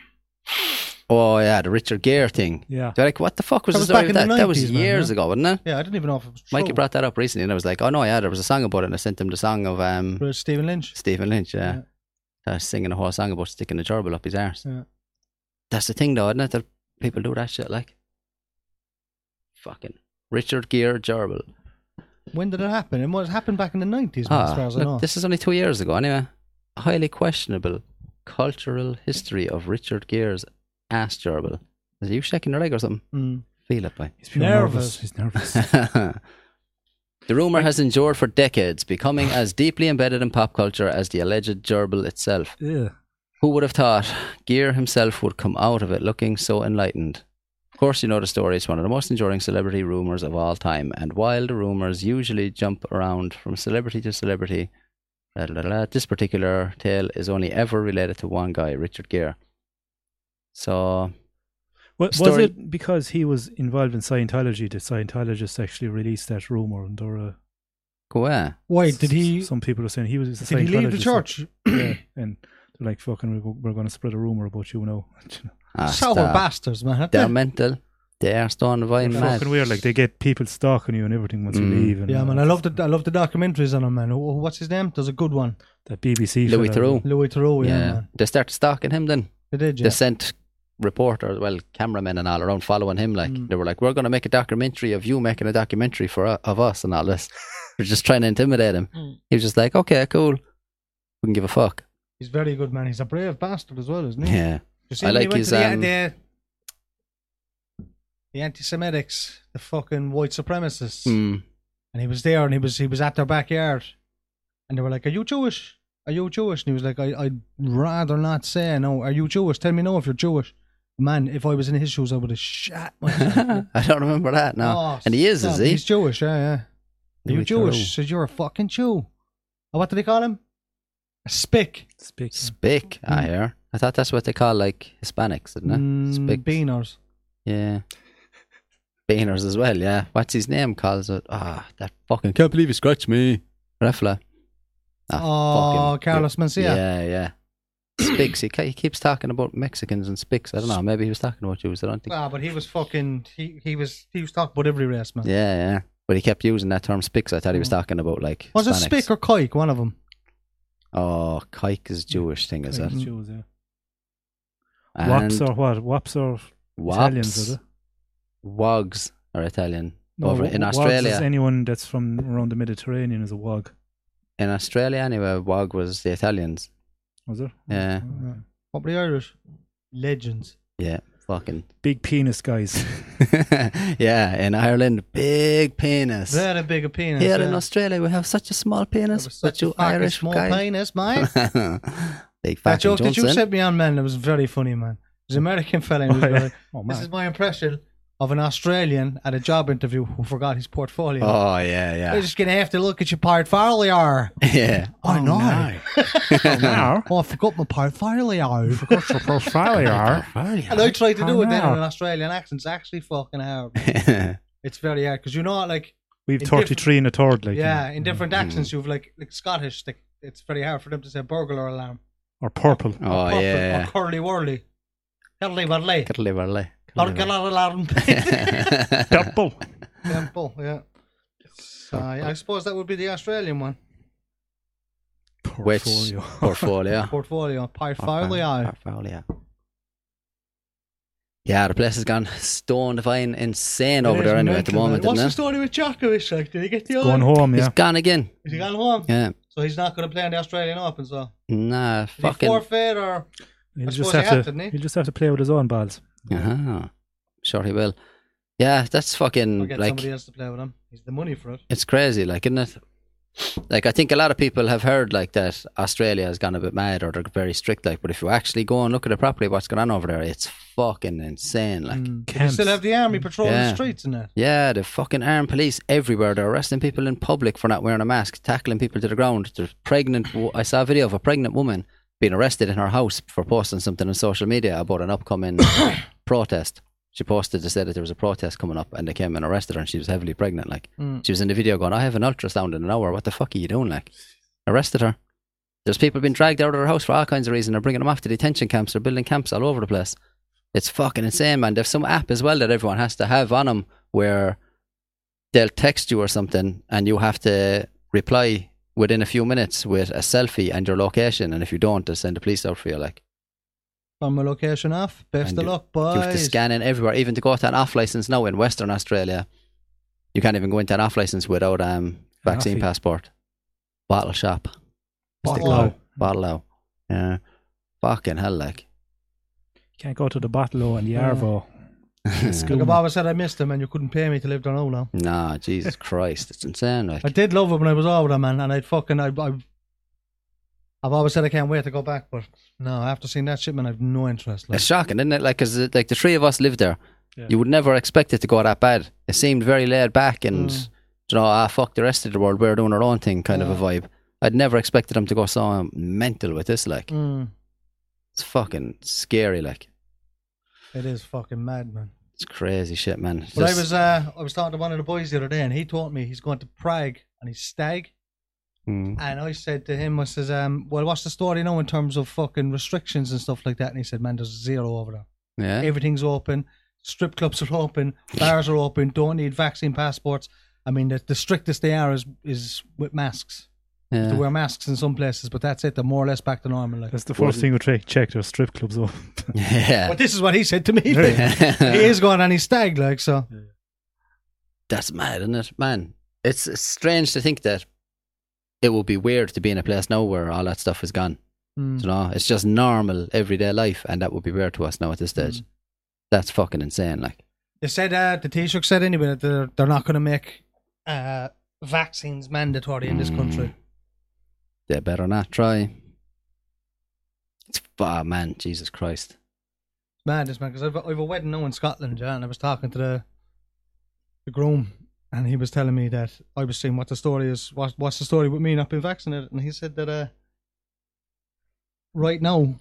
C: oh yeah, the Richard Gere thing.
A: Yeah.
C: You're like, what the fuck was
B: That
C: the
B: was
C: story
B: back
C: with
B: in
C: that?
B: the
C: that was
B: 90s, man,
C: years
B: yeah.
C: ago, wasn't it?
B: Yeah, I didn't even know if it was true.
C: Mikey brought that up recently and I was like, Oh no, yeah, there was a song about it and I sent him the song of um
B: For Stephen Lynch.
C: Stephen Lynch, yeah.
B: Yeah.
C: Uh, singing a whole song about sticking a gerbil up his arse.
B: Yeah.
C: That's the thing though, isn't it? That people do that shit like fucking Richard Gere gerbil.
B: When did it happen? It must happened back in the nineties, as far
C: Ah,
B: as I know.
C: look, this is only two years ago, anyway. Highly questionable cultural history of Richard Gere's ass gerbil. Is you shaking your leg or something?
B: Mm.
C: Feel it, boy. (laughs)
A: He's pure
B: Nervous.
A: He's nervous.
C: the rumor has endured for decades, becoming as deeply embedded in pop culture as the alleged gerbil itself.
A: yeah.
C: Who would have thought Gere himself would come out of it looking so enlightened? Of course, you know the story. It's one of the most enduring celebrity rumors of all time. And while the rumors usually jump around from celebrity to celebrity, da, da, da, da, this particular tale is only ever related to one guy, Richard Gere. So,
A: Wa- Was,
C: Story-
A: it because he was involved in Scientology that Scientologists actually released that rumor? And there were,
C: go on.
B: Wait, did he?
A: Some people are saying he was. a
B: Did he leave the
A: Scientologist.
B: church?
A: yeah, (clears throat) and they're like, "Fucking, we're, we're going to spread a rumor about (laughs) you now."
C: Ah,
B: Sour
C: stop.
B: bastards, man.
C: They're mental. They are stone vine
A: It's
C: mad.
A: fucking weird. Like they get people stalking you and everything once you
C: Mm.
A: leave. And,
B: (laughs) Yeah,
A: uh,
B: man. I love the I love the documentaries on him, man. Wh- wh- What's his name? There's a good one.
A: that BBC.
C: Louis
A: fella.
C: Theroux.
B: Louis Theroux,
C: yeah.
B: yeah, man.
C: They start stalking him then.
B: They did,
C: they
B: yeah.
C: sent reporters, well, cameramen and all around following him. Like
B: Mm.
C: they were like, "We're going to make a documentary of you making a documentary for u- of us and
B: (laughs)
C: all this." They're just trying to intimidate him.
B: Mm.
C: He was just like, "Okay, cool, wouldn't give a fuck."
B: He's very good, man. He's a brave bastard as well, isn't he?
C: Yeah,
B: You see
C: I um,
B: when he
C: like
B: went
C: his,
B: to the,
C: um,
B: the the anti-Semitics, the fucking white supremacists,
C: Hmm. (laughs)
B: and he was there, and he was he was at their backyard, and they were like, "Are you Jewish? Are you Jewish?" And he was like, I, "I'd rather not say no. Are you Jewish? Tell me no if you're Jewish." Man, if I was in his shoes, I would have shot myself.
C: I don't remember that. No,
B: Oh,
C: and he is, is
B: stop.
C: he?
B: He's Jewish, yeah, yeah. Are you
C: Louis
B: Jewish? Says you're a fucking Jew. Oh, what do they call him? A spick.
A: Speak.
C: Spick,
B: Hmm.
C: I hear. I thought that's what they call like Hispanics, didn't it?
B: Mm,
C: Spick.
B: beaners.
C: Yeah. Beaners as well, yeah. What's his name calls it? Ah, that fucking can't believe he scratched me. Refla.
B: Oh, Carlos Mencia.
C: Ah, Yeah, yeah. Spicks. He, ca- he keeps talking about Mexicans and Spicks. I don't know. Maybe he was talking about Jews. I don't think.
B: Ah, but he was fucking. He, he was he was talking about every race, man.
C: Yeah, yeah. But he kept using that term Spicks. I thought he was talking about like.
B: Was it
C: Hispanics.
B: Spick or Kike? One of them.
C: Oh, kike is Jewish thing, is it?
A: Wops
C: And
A: or what? Wops or Italians, is
C: Wops.
A: it?
C: Wogs are Italian. Over in
A: wo- wogs
C: Australia.
A: Is anyone that's from around the Mediterranean is a wog,
C: in Australia anyway, Wog was the Italians.
A: was it?
C: Yeah.
A: Okay.
B: What were the Irish? Legends.
C: Yeah, fucking. (laughs)
A: Big penis guys.
C: yeah, in Ireland, big penis.
B: They had a bigger penis.
C: Here
B: yeah.
C: in Australia, we have such a small
B: That
C: penis,
B: was
C: but
B: such a
C: you
B: fucking
C: Irish
B: small
C: guy.
B: penis,
C: (laughs)
B: mate.
C: big
B: That
C: fucking
B: joke that you
C: Johnson.
B: sent me on, man, that was very funny, man. It was an American fella. and he was
A: Oh, yeah.
B: like,
A: Oh,
B: this
A: man.
B: is my impression of an Australian at a job interview who forgot his portfolio.
C: oh yeah, yeah,
B: We're just gonna have to look at your portfolio.
C: (laughs) yeah.
B: Oh, no.
A: (laughs) now,
B: Oh, I forgot my portfolio. (laughs)
A: what's your portfolio?
B: and (laughs) I tried to do
A: Oh,
B: it then
A: no.
B: in an Australian accent. It's actually fucking hard. It's very hard because you know, like,
A: We've
B: In
A: 33 and a third, like.
B: yeah,
C: mm,
A: you
B: in
A: know,
B: different accents, you've like, like Scottish. Like, it's very hard for them to say burglar alarm.
A: Or purple.
C: (laughs) oh
B: Purple
C: yeah.
B: Or curly whirly. Curly whirly.
C: Cuddly whirly.
B: (laughs)
C: Cuddly
B: Burglar
C: (laughs)
B: alarm.
C: whirly. (laughs)
A: Purple.
B: Temple. Yeah. So, I I suppose that would be the Australian one.
C: Which
A: Portfolio.
B: (laughs)
C: portfolio?
B: Portfolio. Portfolio.
C: Portfolio. Yeah, the place has gone stone divine insane
B: It
C: over
B: is
C: there anyway at the
B: mental, man.
C: moment,
B: What's the
C: isn't it?
B: story with Djokovic? Like, did he get the
A: Going
B: other?
A: home,
C: He's
A: yeah.
C: gone again.
B: Is he gone home?
C: Yeah.
B: So he's not going to play in the Australian Open. So
C: Nah,
B: did he
C: fucking.
B: forfeit or
A: He'll
B: I
A: just
B: suppose he
A: have
B: had
A: to.
B: to, didn't he?
A: He'll just have to play with his own balls.
C: Uh-huh. Sure he will. Yeah, that's
B: I'll
C: fucking
B: get
C: like
B: somebody else to play with him? He's the money for it.
C: it's crazy, like isn't it? Like I think a lot of people have heard like that Australia has gone a bit mad or they're very strict, like. But if you actually go and look at it properly, what's going on over there? It's fucking insane, like.
B: But You
A: Camps.
B: still have the army patrolling
C: Mm, Yeah.
B: the streets and that.
C: Yeah, the fucking armed police everywhere. They're arresting people in public for not wearing a mask, tackling people to the ground. There's pregnant. wo- I saw a video of a pregnant woman being arrested in her house for posting something on social media about an upcoming (coughs) protest. She posted to say that there was a protest coming up, and they came and arrested her, and she was heavily pregnant. Like
B: Mm.
C: she was in the video going, "I have an ultrasound in an hour. What the fuck are you doing?" Like arrested her. There's people being dragged out of their house for all kinds of reasons. They're bringing them off to detention camps. They're building camps all over the place. It's fucking insane, man. There's some app as well that everyone has to have on them where they'll text you or something and you have to reply within a few minutes with a selfie and your location. And if you don't, they'll send the police out for you. Like,
B: From my location off. Best
C: And
B: of luck,
C: you have to
B: boys.
C: scan in everywhere, even to go to an off license now in Western Australia. You can't even go into an off license without um vaccine
A: offie.
C: passport. Bottle shop.
B: Bottle
A: Wow.
B: out.
C: Bottle out. Yeah. Fucking hell, like.
A: Can't go to the Batlo and the
B: Yeah.
A: Arvo.
B: Like I've always said, I missed him, and you couldn't pay me to live there now. now.
C: Nah, Jesus Christ, it's insane. Like,
B: I did love it when I was over there, man, and I'd fucking I, I I've always said I can't wait to go back, but no, after seeing that shit, man, I've no interest. Like,
C: it's shocking, isn't it? Like, 'cause it- like the three of us lived there.
A: Yeah.
C: You would never expect it to go that bad. It seemed very laid back, and
B: Mm.
C: you know, ah, fuck the rest of the world. We're doing our own thing, kind of
B: Yeah.
C: a vibe. I'd never expected them to go so um, mental with this. Like,
B: mm,
C: it's fucking scary. Like,
B: it is fucking mad, man.
C: it's crazy shit, man.
B: But I
C: Just-
B: was uh, I was talking to one of the boys the other day, and he told me he's going to Prague and he's stag. uh,
C: Mm.
B: And I said to him, I says, um, well, what's the story now in terms of fucking restrictions and stuff like that? And he said, man, there's zero over there.
C: yeah,
B: Everything's open. Strip clubs are open. Bars are open. Don't need vaccine passports. I mean, the, the strictest they are is is with masks. They
C: yeah.
B: wear masks in some places, but that's it. They're more or less back to normal. Like.
A: That's the first thing you tra- check. There's strip clubs open.
C: (laughs) yeah.
B: But this is what he said to me. like.
C: (laughs)
B: he is going and he's stag like so.
C: That's mad, isn't it, man? It's it's strange to think that it would be weird to be in a place now where all that stuff is gone.
B: Mm.
C: You know, it's
B: Mm.
C: just normal everyday life, and that would be rare to us now at this stage. That's fucking insane. Like,
B: They said uh, the Taoiseach said anyway that they're, they're not going to make uh, vaccines mandatory in this country.
C: Mm. They better not try. It's ah man, Jesus Christ.
B: madness, man. Because I've, I've a wedding now in Scotland, yeah, and I was talking to the the groom, and he was telling me that I was saying what the story is, what what's the story with me not being vaccinated, and he said that uh, right now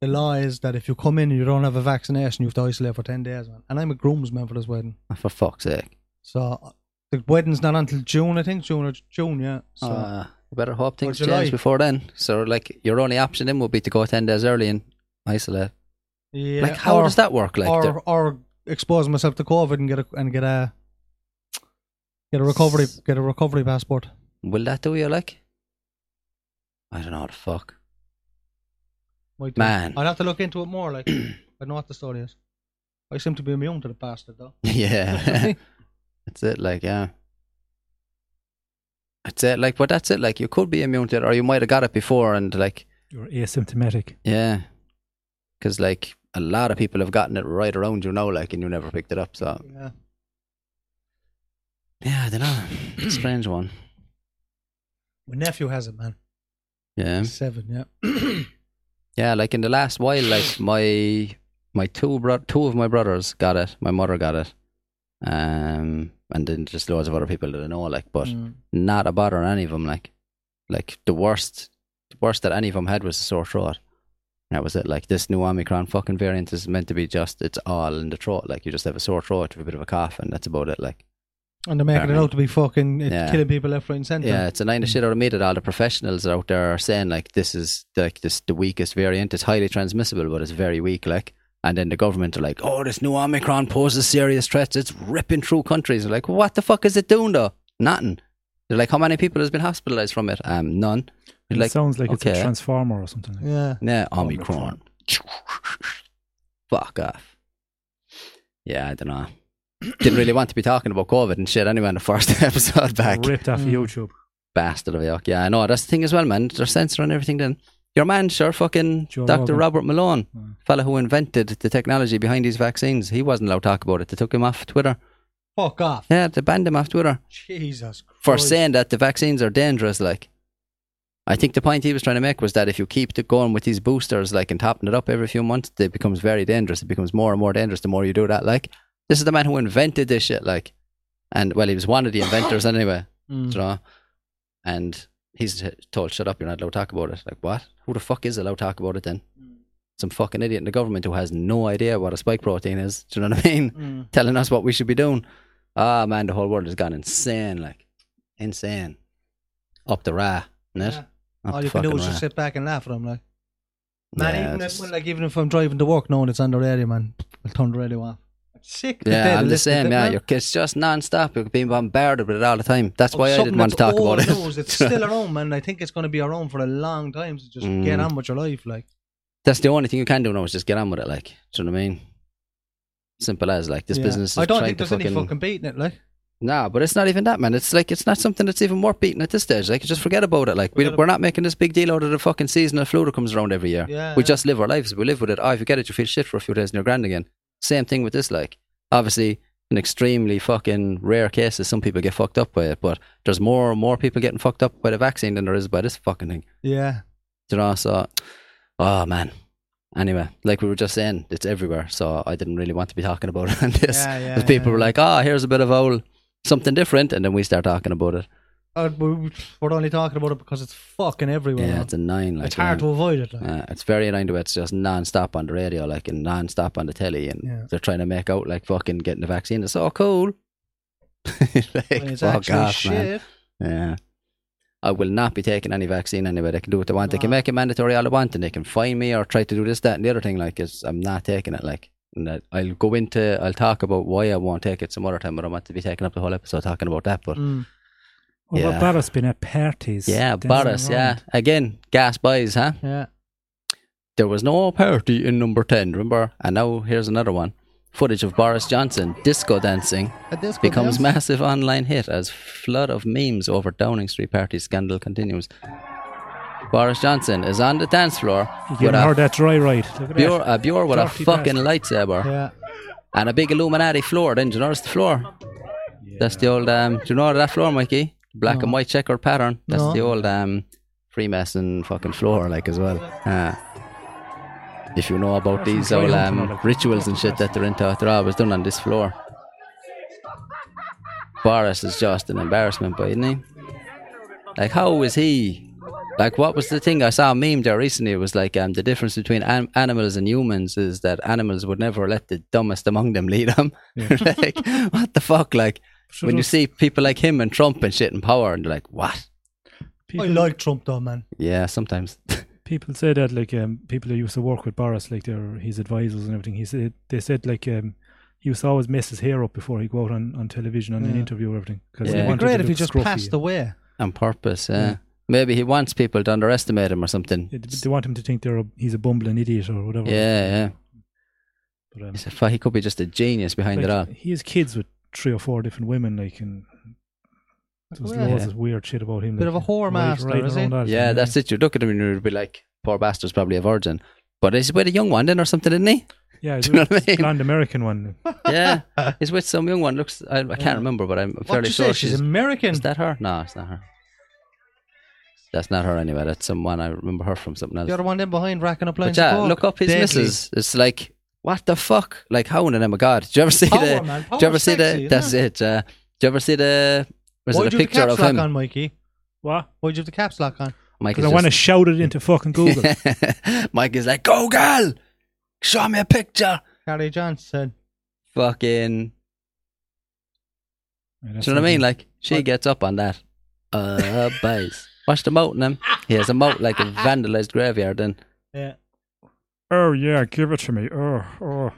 B: the law is that if you come in and you don't have a vaccination, you have to isolate for ten days, man. And I'm a groomsman for this wedding,
C: Ah, For fuck's sake.
B: so the wedding's not until June, I think June or June, yeah. So
C: Ah, you better hope things
B: July.
C: change before then. So like your only option then would be to go ten days early and isolate.
B: yeah,
C: like how
B: or-
C: does that work? Like they're-
B: or or expose myself to COVID and get a and get a get a recovery get a recovery passport.
C: will that do you like? I don't know how the fuck.
B: Might do.
C: Man.
B: I'd have to look into it more.
C: (clears throat)
B: Like, I don't know what the story is. I seem to be immune to the bastard, though.
C: (laughs) yeah. That's it, like, yeah. That's it, like, but that's it, like, you could be immune to it, or you might have got it before, and, like,
A: (laughs) You're asymptomatic.
C: yeah. Because, like, a lot of people have gotten it right around you now, like, and you never picked it up, so.
B: yeah.
C: Yeah, I don't know. It's a strange one.
B: My nephew has it, man.
C: Yeah.
B: Seven, yeah.
C: (clears throat) Yeah, like, in the last while, like, my my two bro- two of my brothers got it, my mother got it, um, and then just loads of other people that I know, like, but.
B: Mm.
C: not a bother on any of them. Like, like the worst, the worst that any of them had was a sore throat. And that was it. Like this new Omicron fucking variant is meant to be just it's all in the throat. Like you just have a sore throat, with a bit of a cough, and that's about it. Like,
B: And they're making it
C: Apparently.
B: out to be fucking it's
C: Yeah.
B: killing people left, right, and centre.
C: yeah, it's a nine of shit out of me that all the professionals out there are saying like this is like this the weakest variant. It's highly transmissible, but it's very weak. Like. And then the government are like, oh, this new Omicron poses serious threats. It's ripping through countries. They're like, what the fuck is it doing though? Nothing. They're like, how many people has been hospitalized from it? Um, none. They're
A: it sounds like it's
C: okay.
A: a transformer or something. Like
B: Yeah.
C: Yeah,
A: Oh, Omicron.
C: Omicron. Fuck off. Yeah, I don't know. Didn't really want to be talking about COVID and shit anyway in the first (laughs) episode back.
A: Ripped off of
B: Mm.
A: YouTube.
C: Bastard of a yuck. Yeah, I know. That's the thing as well, man. They're censoring everything then. Your man, sure, fucking
A: Joe
C: Dr.
A: Rogan.
C: Robert Malone,
A: Mm.
C: fella who invented the technology behind these vaccines, he wasn't allowed to talk about it. They took him off Twitter.
B: Fuck off.
C: Yeah, they banned him off Twitter
B: Jesus Christ.
C: for saying that the vaccines are dangerous. Like, I think the point he was trying to make was that if you keep the going with these boosters, like, and topping it up every few months, it becomes very dangerous. It becomes more and more dangerous the more you do that. Like, this is the man who invented this shit. Like, and well, he was one of the
B: (coughs)
C: inventors anyway.
B: Mm.
C: You know? And he's told, "Shut up! You're not allowed to talk about it." Like, what? Who the fuck is allowed to talk about it then?
B: Mm.
C: Some fucking idiot in the government who has no idea what a spike protein is. Do you know what I mean?
B: Mm.
C: telling us what we should be doing. Ah, man, the whole world has gone insane, like insane, up the rah, isn't
B: Yeah.
C: it? Up
B: All
C: the
B: you can do
C: fucking
B: is just
C: rah.
B: sit back and laugh at him, like. Man,
C: Yeah,
B: even, if,
C: just-
B: well, like, even if I'm driving to work knowing it's on the radio, man, I'll turn the radio off. Sick. to death
C: yeah,
B: of
C: I'm the
B: listening to
C: same.
B: it,
C: Yeah,
B: man.
C: you're, it's just non-stop. You're being bombarded with it all the time. That's
B: of
C: why I
B: Oh, something
C: didn't want to
B: that's
C: talk about
B: old
C: it.
B: news. It's still around, man. I think it's going to be around for a long time. So just get
C: Mm.
B: on with your life, like.
C: (laughs) That's the only thing you can do now is just get on with it. Like, do you know what I mean? Simple as like this
B: Yeah.
C: business. Is
B: I don't
C: trying
B: think
C: to
B: there's any fucking beating it, like.
C: Nah, but it's not even that, man. It's like it's not something that's even worth beating at this stage. Like, just forget about it. Like, we,
B: Forget ab-
C: we're not making this big deal out of the fucking seasonal flu that comes around every year.
B: Yeah,
C: we
B: yeah.
C: just live our lives. We live with it. Oh, if you get it, you feel shit for a few days and you're grand again. Same thing with this. Like, obviously, in extremely fucking rare cases, some people get fucked up by it, but there's more and more people getting fucked up by the vaccine than there is by this fucking thing.
B: Yeah.
C: Do you know? So, oh man. Anyway, like we were just saying, it's everywhere. So I didn't really want to be talking about (laughs) it on this.
B: Yeah, yeah,
C: 'Cause people
B: yeah.
C: were like, "Ah, here's a bit of old something different," and then we start talking about it.
B: Uh, we- we're only talking about it because it's fucking everywhere.
C: yeah,
B: man.
C: it's a nine. Like,
B: It's hard
C: yeah.
B: to avoid it. Like.
C: Uh, it's very annoying the way it's just non-stop on the radio, like and non-stop on the telly, and
B: Yeah.
C: they're trying to make out like fucking getting the vaccine. It's so cool. (laughs)
B: When
C: like,
B: it's
C: fuck
B: actually
C: off, man.
B: shit.
C: Yeah. I will not be taking any vaccine anyway. They can do what they want. They can
B: Wow.
C: make it mandatory all they want and they can fine me or try to do this, that, and the other thing. Like, is I'm not taking it. Like, and that I'll go into, I'll talk about why I won't take it some other time. I don't want to be taking up the whole episode talking about that. But
B: Mm.
A: Well,
C: Yeah.
A: yeah. Boris been at parties.
C: yeah,
A: dancing
C: Boris, yeah.
A: around.
C: Again, gas buys, huh?
B: Yeah.
C: There was no party in number 10, remember? And now here's another one. Footage of Boris Johnson disco dancing
B: At this
C: becomes massive online hit as flood of memes over Downing Street party scandal continues. Boris Johnson is on the dance floor
A: You
C: with
A: haven't
C: a
A: heard that dry ride. Look at
C: Bure,
A: that.
C: a Bure with a
A: Dirty
C: fucking
A: bastard.
C: lightsaber
B: Yeah.
C: And a big Illuminati floor. Then do you notice the floor? That's the old. Um, do you know that floor, Mikey? Black
B: No.
C: and white checkered pattern. That's
B: No.
C: the old um, Freemason fucking floor, like as well. Uh, if you know about
A: some
C: these old
A: triumph and all
C: um,
A: that.
C: rituals and shit that they're into, they're always done on this floor. Boris is just an embarrassment, but isn't he? Like, how is he? Like, what was the thing I saw a meme there recently? It was like, um, the difference between an- animals and humans is that animals would never let the dumbest among them lead them. (laughs) like, what the fuck? Like,
A: Sure
C: when you
A: does.
C: see people like him and Trump and shit in power, and they're like, what?
A: People,
B: I like Trump though, man.
C: Yeah, sometimes. (laughs)
A: people say that like um, people who used to work with Boris, like their his advisors and everything. He said they said like um, he used to always mess his hair up before he go out on, on television on an
B: Yeah.
A: interview or everything. Cause
C: Yeah.
A: he
C: It'd be
A: wanted to
B: Great if he
A: look
B: just
A: scruffy.
B: passed away.
C: on purpose, yeah. Maybe he wants people to underestimate him or something.
A: Yeah, They they want him to think they're a, he's a bumbling idiot or whatever.
C: yeah, yeah.
A: But, um,
C: He's a fu- he could be just a genius behind it all.
A: like, he has kids with three or four different women, like and there was
B: Well,
A: loads
C: yeah.
A: of weird shit about him.
B: Bit
A: like,
B: of a whore
A: right-
B: master,
A: right
B: is he?
A: around that,
C: Yeah, that's it. You look at him and you'd be like, poor bastard's probably a virgin. But he's with a young one then or something, isn't he? (laughs)
A: Yeah,
C: Do you know what I
A: the
C: mean?
A: blonde American
B: (laughs)
A: one.
C: Yeah. he's with some young one. Looks, I, I can't remember, but I'm
B: What
C: fairly
B: you
C: sure
B: say?
C: she's.
B: She's American.
C: Is that her? No, it's not her. That's not her anyway. That's someone I remember her from something else.
B: The other one then behind racking up lines.
C: But yeah,
B: of coke.
C: look up his
B: Deadly.
C: missus. It's like, what the fuck? Like, how in the name of God? Did you ever see
B: Power,
C: the?
B: Oh, man.
C: Did you ever
B: Power's
C: see the?
B: sexy,
C: That's
B: isn't it?
C: it. Uh, did you ever see the? Was
B: Why'd
C: it a
B: you have
C: picture
B: the
C: of
B: caps lock
C: him?
B: on, Mikey?
A: What?
B: Why'd you have the caps lock on?
C: Mike
A: Because
C: is
A: I want to
C: just-
A: shout it into fucking
C: (laughs)
A: Google.
C: Mike is like, go girl, show me a picture.
B: Carrie Johnson.
C: Fucking, do you know what I mean? Like, she gets up on that. Uh, boys. Watch the moat in him. He has a moat like a vandalized graveyard. Then,
B: Yeah. (laughs)
A: oh yeah, give it to me. Oh, oh.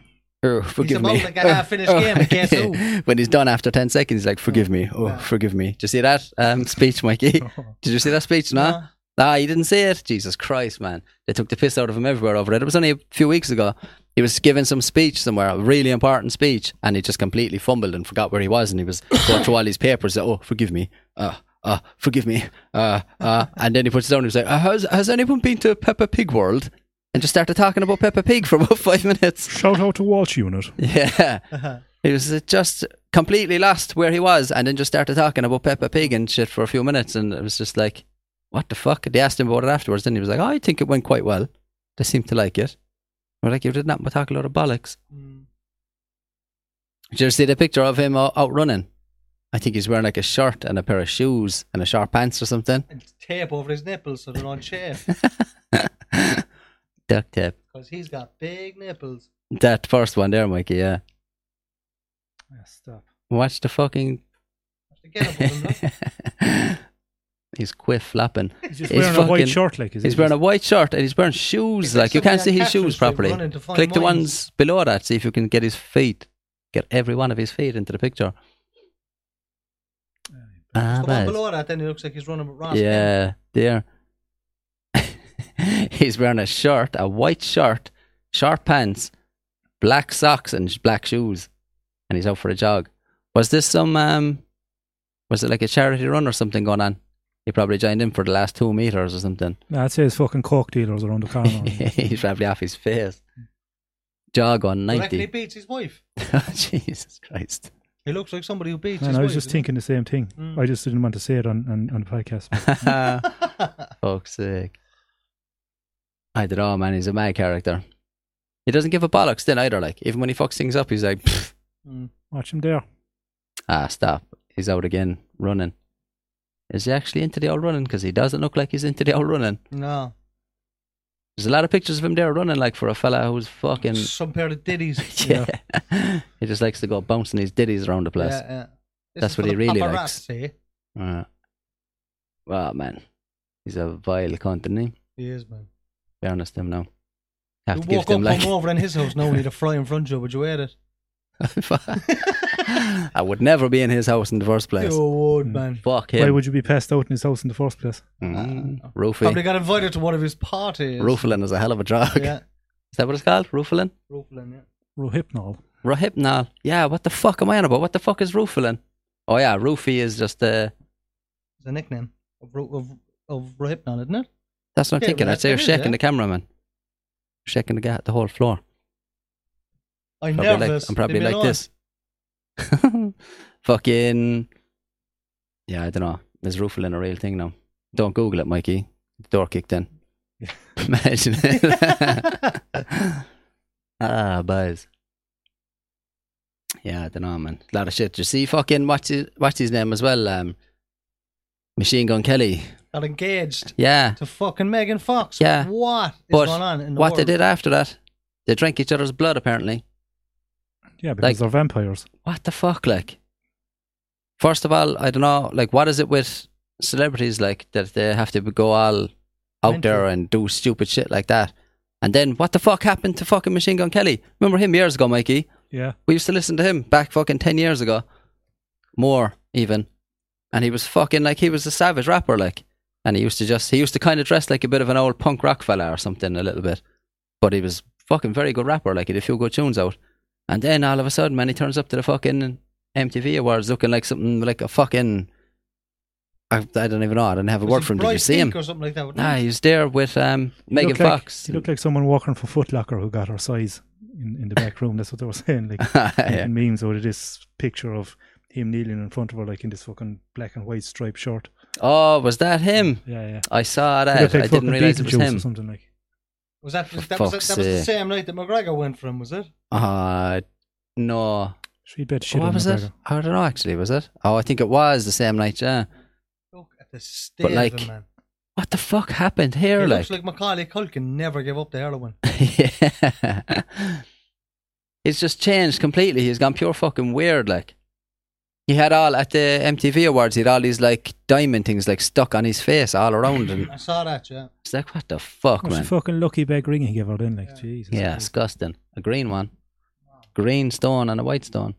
C: oh, forgive
B: about
C: me.
B: like a
C: (laughs)
B: half-finished game, I guess, oh.
C: when he's done after ten seconds, he's like, forgive me. Oh, forgive me. Did you see that um, (laughs) speech, Mikey?
B: (laughs)
C: Did you see that speech? No.
B: No.
C: Ah, you didn't see it. Jesus Christ, man! They took the piss out of him everywhere over it. It was only a few weeks ago. He was giving some speech somewhere, a really important speech, and he just completely fumbled and forgot where he was.
B: (coughs)
C: And he was going through all these papers. Like, oh, forgive me. Uh, uh, forgive me. Uh, uh. And then he puts it down. And he's like, uh, has, has anyone been to Peppa Pig World? And just started talking about Peppa Pig for about (laughs) five minutes.
A: Shout out to Walsh Unit.
C: Yeah. He was uh, just completely lost where he was and then just started talking about Peppa Pig and shit for a few minutes. And it was just like, what the fuck? They asked him about it afterwards. And he was like, oh, I think it went quite well. They seemed to like it. We're like, you did nothing but talk a lot of bollocks. Did you ever see the picture of him out, out running? I think he's wearing like a shirt and a pair of shoes and a short pants or something.
B: And tape over his nipples so they're not shaved.
C: (laughs) Duct tape.
B: Because he's got big nipples.
C: That first one there, Mikey, yeah.
A: Stop.
C: Watch the fucking. (laughs)
B: Have to get up with him, look.
C: he's quiff flapping.
A: He's just
C: He's
A: wearing a white
C: fucking-
A: shirt, like is
C: He's
A: he?
C: wearing a white shirt and he's wearing shoes.
B: It's
C: like you
B: something
C: can't see
B: on
C: his shoes
B: Catfish We've
C: properly.
B: run into fine
C: Click the
B: minds.
C: ones below that. See if you can get his feet. Get every one of his feet into the picture.
B: The
C: Ah,
B: one
C: nice.
B: below that, then he looks like he's running with Ross. Kemp.
C: Yeah, there. (laughs) he's wearing a shirt, a white shirt, short pants, black socks, and sh- black shoes, and he's out for a jog. Was this some? um Was it like a charity run or something going on? He probably joined in for the last two meters or something.
A: Nah, I'd say his fucking coke dealers around the
C: (laughs)
A: corner.
C: he's probably off his face. Jog on
B: Do you reckon he
C: 90. (laughs)
B: beats his wife.
C: Jesus Christ. (laughs)
B: He looks like somebody who beats
A: Man,
B: his
A: I
B: wife.
A: was just thinking the same thing.
B: Mm.
A: I just didn't want to say it on, on, on the podcast.
C: (laughs) Fuck's sake. I don't know, man. He's a mad character. He doesn't give a bollocks then either. Like, even when he fucks things up, he's like, "Pff,
B: Mm.
A: Watch him there.
C: ah, stop. He's out again, running. Is he actually into the old running? Because he doesn't look like he's into the old running.
B: No.
C: There's a lot of pictures of him there running, like for a fella
B: (laughs)
C: who's fucking.
B: Some pair of ditties.
C: (laughs) Yeah. he just likes to go bouncing his ditties around the place.
B: Yeah, yeah. This
C: That's
B: is
C: what
B: for
C: he
B: the
C: really
B: paparazzi.
C: likes. Uh, well, man, he's a vile cunt, isn't he?
B: He is, man.
C: Be honest, him now.
B: You
C: Have to give
B: walk up,
C: them
B: come
C: like. (laughs)
B: over in his house now and eat a fry in front of you. Would you eat it?
C: I would never be in his house in the first place.
B: You would, man.
C: Mm. Fuck
A: Why
C: him.
A: would you be passed out in his house in the first place?
C: mm.
B: Probably
C: Roofy.
B: got invited to one of his parties.
C: Roofalin is a hell of a drug.
B: Yeah.
C: (laughs) Is that what it's called? Roofalin?
B: Rooflin, yeah.
A: Rohypnol.
C: Rohypnol. Yeah, what the fuck am I on about? What the fuck is Roofalin? Oh, yeah, Roofy is just Uh,
B: It's a nickname of, Ro- of, of Rohypnol, isn't it?
C: that's what I'm
B: Yeah,
C: thinking.
B: well,
C: I'd say you're
B: that is,
C: shaking
B: yeah.
C: the cameraman. Shaking the guy the whole floor.
B: I'm
C: Probably like-
B: nervous.
C: I'm probably
B: Leave me
C: like
B: alone.
C: this. (laughs) Fucking. Yeah, I don't know. Is roofing a real thing now? Don't Google it, Mikey. Door
B: (laughs)
C: kicked in. Imagine it. (laughs) ah, buzz. Yeah, I don't know, man. A lot of shit. You see, fucking what's his, what's his name as well? Um, Machine Gun Kelly.
B: Got engaged
C: Yeah.
B: to fucking Megan Fox.
C: Yeah.
B: What is
C: But
B: going on in the
C: what
B: world?
C: they did after that? They drank each other's blood, apparently.
A: Yeah, because
C: Like-
A: they're vampires.
C: what the fuck like first of all i don't know like what is it with celebrities like that they have to be- go all out
B: Mental.
C: there and do stupid shit like that and then what the fuck happened to fucking machine gun kelly remember him years ago mikey
A: Yeah,
C: we used to listen to him back fucking 10 years ago more even and he was fucking like he was a savage rapper like and he used to just he used to kind of dress like a bit of an old punk rock fella or something a little bit but he was fucking very good rapper like he did a few good tunes out and then all of a sudden man he turns up to the fucking MTV awards looking like something like a fucking I, I don't even know I didn't have a
B: Was
C: word
B: he
C: for him did you
B: Bryce
C: see him
B: Peak or something like that? wasn't
C: nah
B: he?
C: he was there with um, Megan
A: looked like-
C: Fox
A: He looked like someone walking for Foot Locker who got her size in, in the back room. That's what they were (laughs) saying. Like
C: (laughs) (laughs) Yeah.
A: making memes out of this picture of him kneeling in front of her, like in this fucking black and white striped shirt.
C: oh was that him
A: Yeah, yeah.
C: I saw
A: He
C: that
A: looked like
C: I didn't
A: fucking
C: realise it was
A: Beetlejuice
C: him
A: or something like.
B: Was that, was, that, was,
C: fuck's
B: that, that was the
C: sake.
B: same night that McGregor went for him, was it?
C: Uh no.
A: She'd bet shit.
C: what
A: on
C: was
A: McGregor.
C: it? I don't know actually, was it? Oh I think it was the same night, yeah.
B: Look at the state
C: like,
B: of him, man.
C: What the fuck happened here
B: He
C: like?
B: looks like Macaulay Culkin never gave up the heroin.
C: (laughs) yeah. It's just changed completely. He's gone pure fucking weird like. He had all at the MTV awards, he had all these like diamond things like stuck on his face all around and
B: (laughs) I saw that, yeah.
C: it's like what the fuck
A: It was a
C: man?
A: fucking lucky bag ring he gave her then, like Jesus.
C: Yeah,
A: Christ.
C: disgusting. A green one. Green stone and a white stone.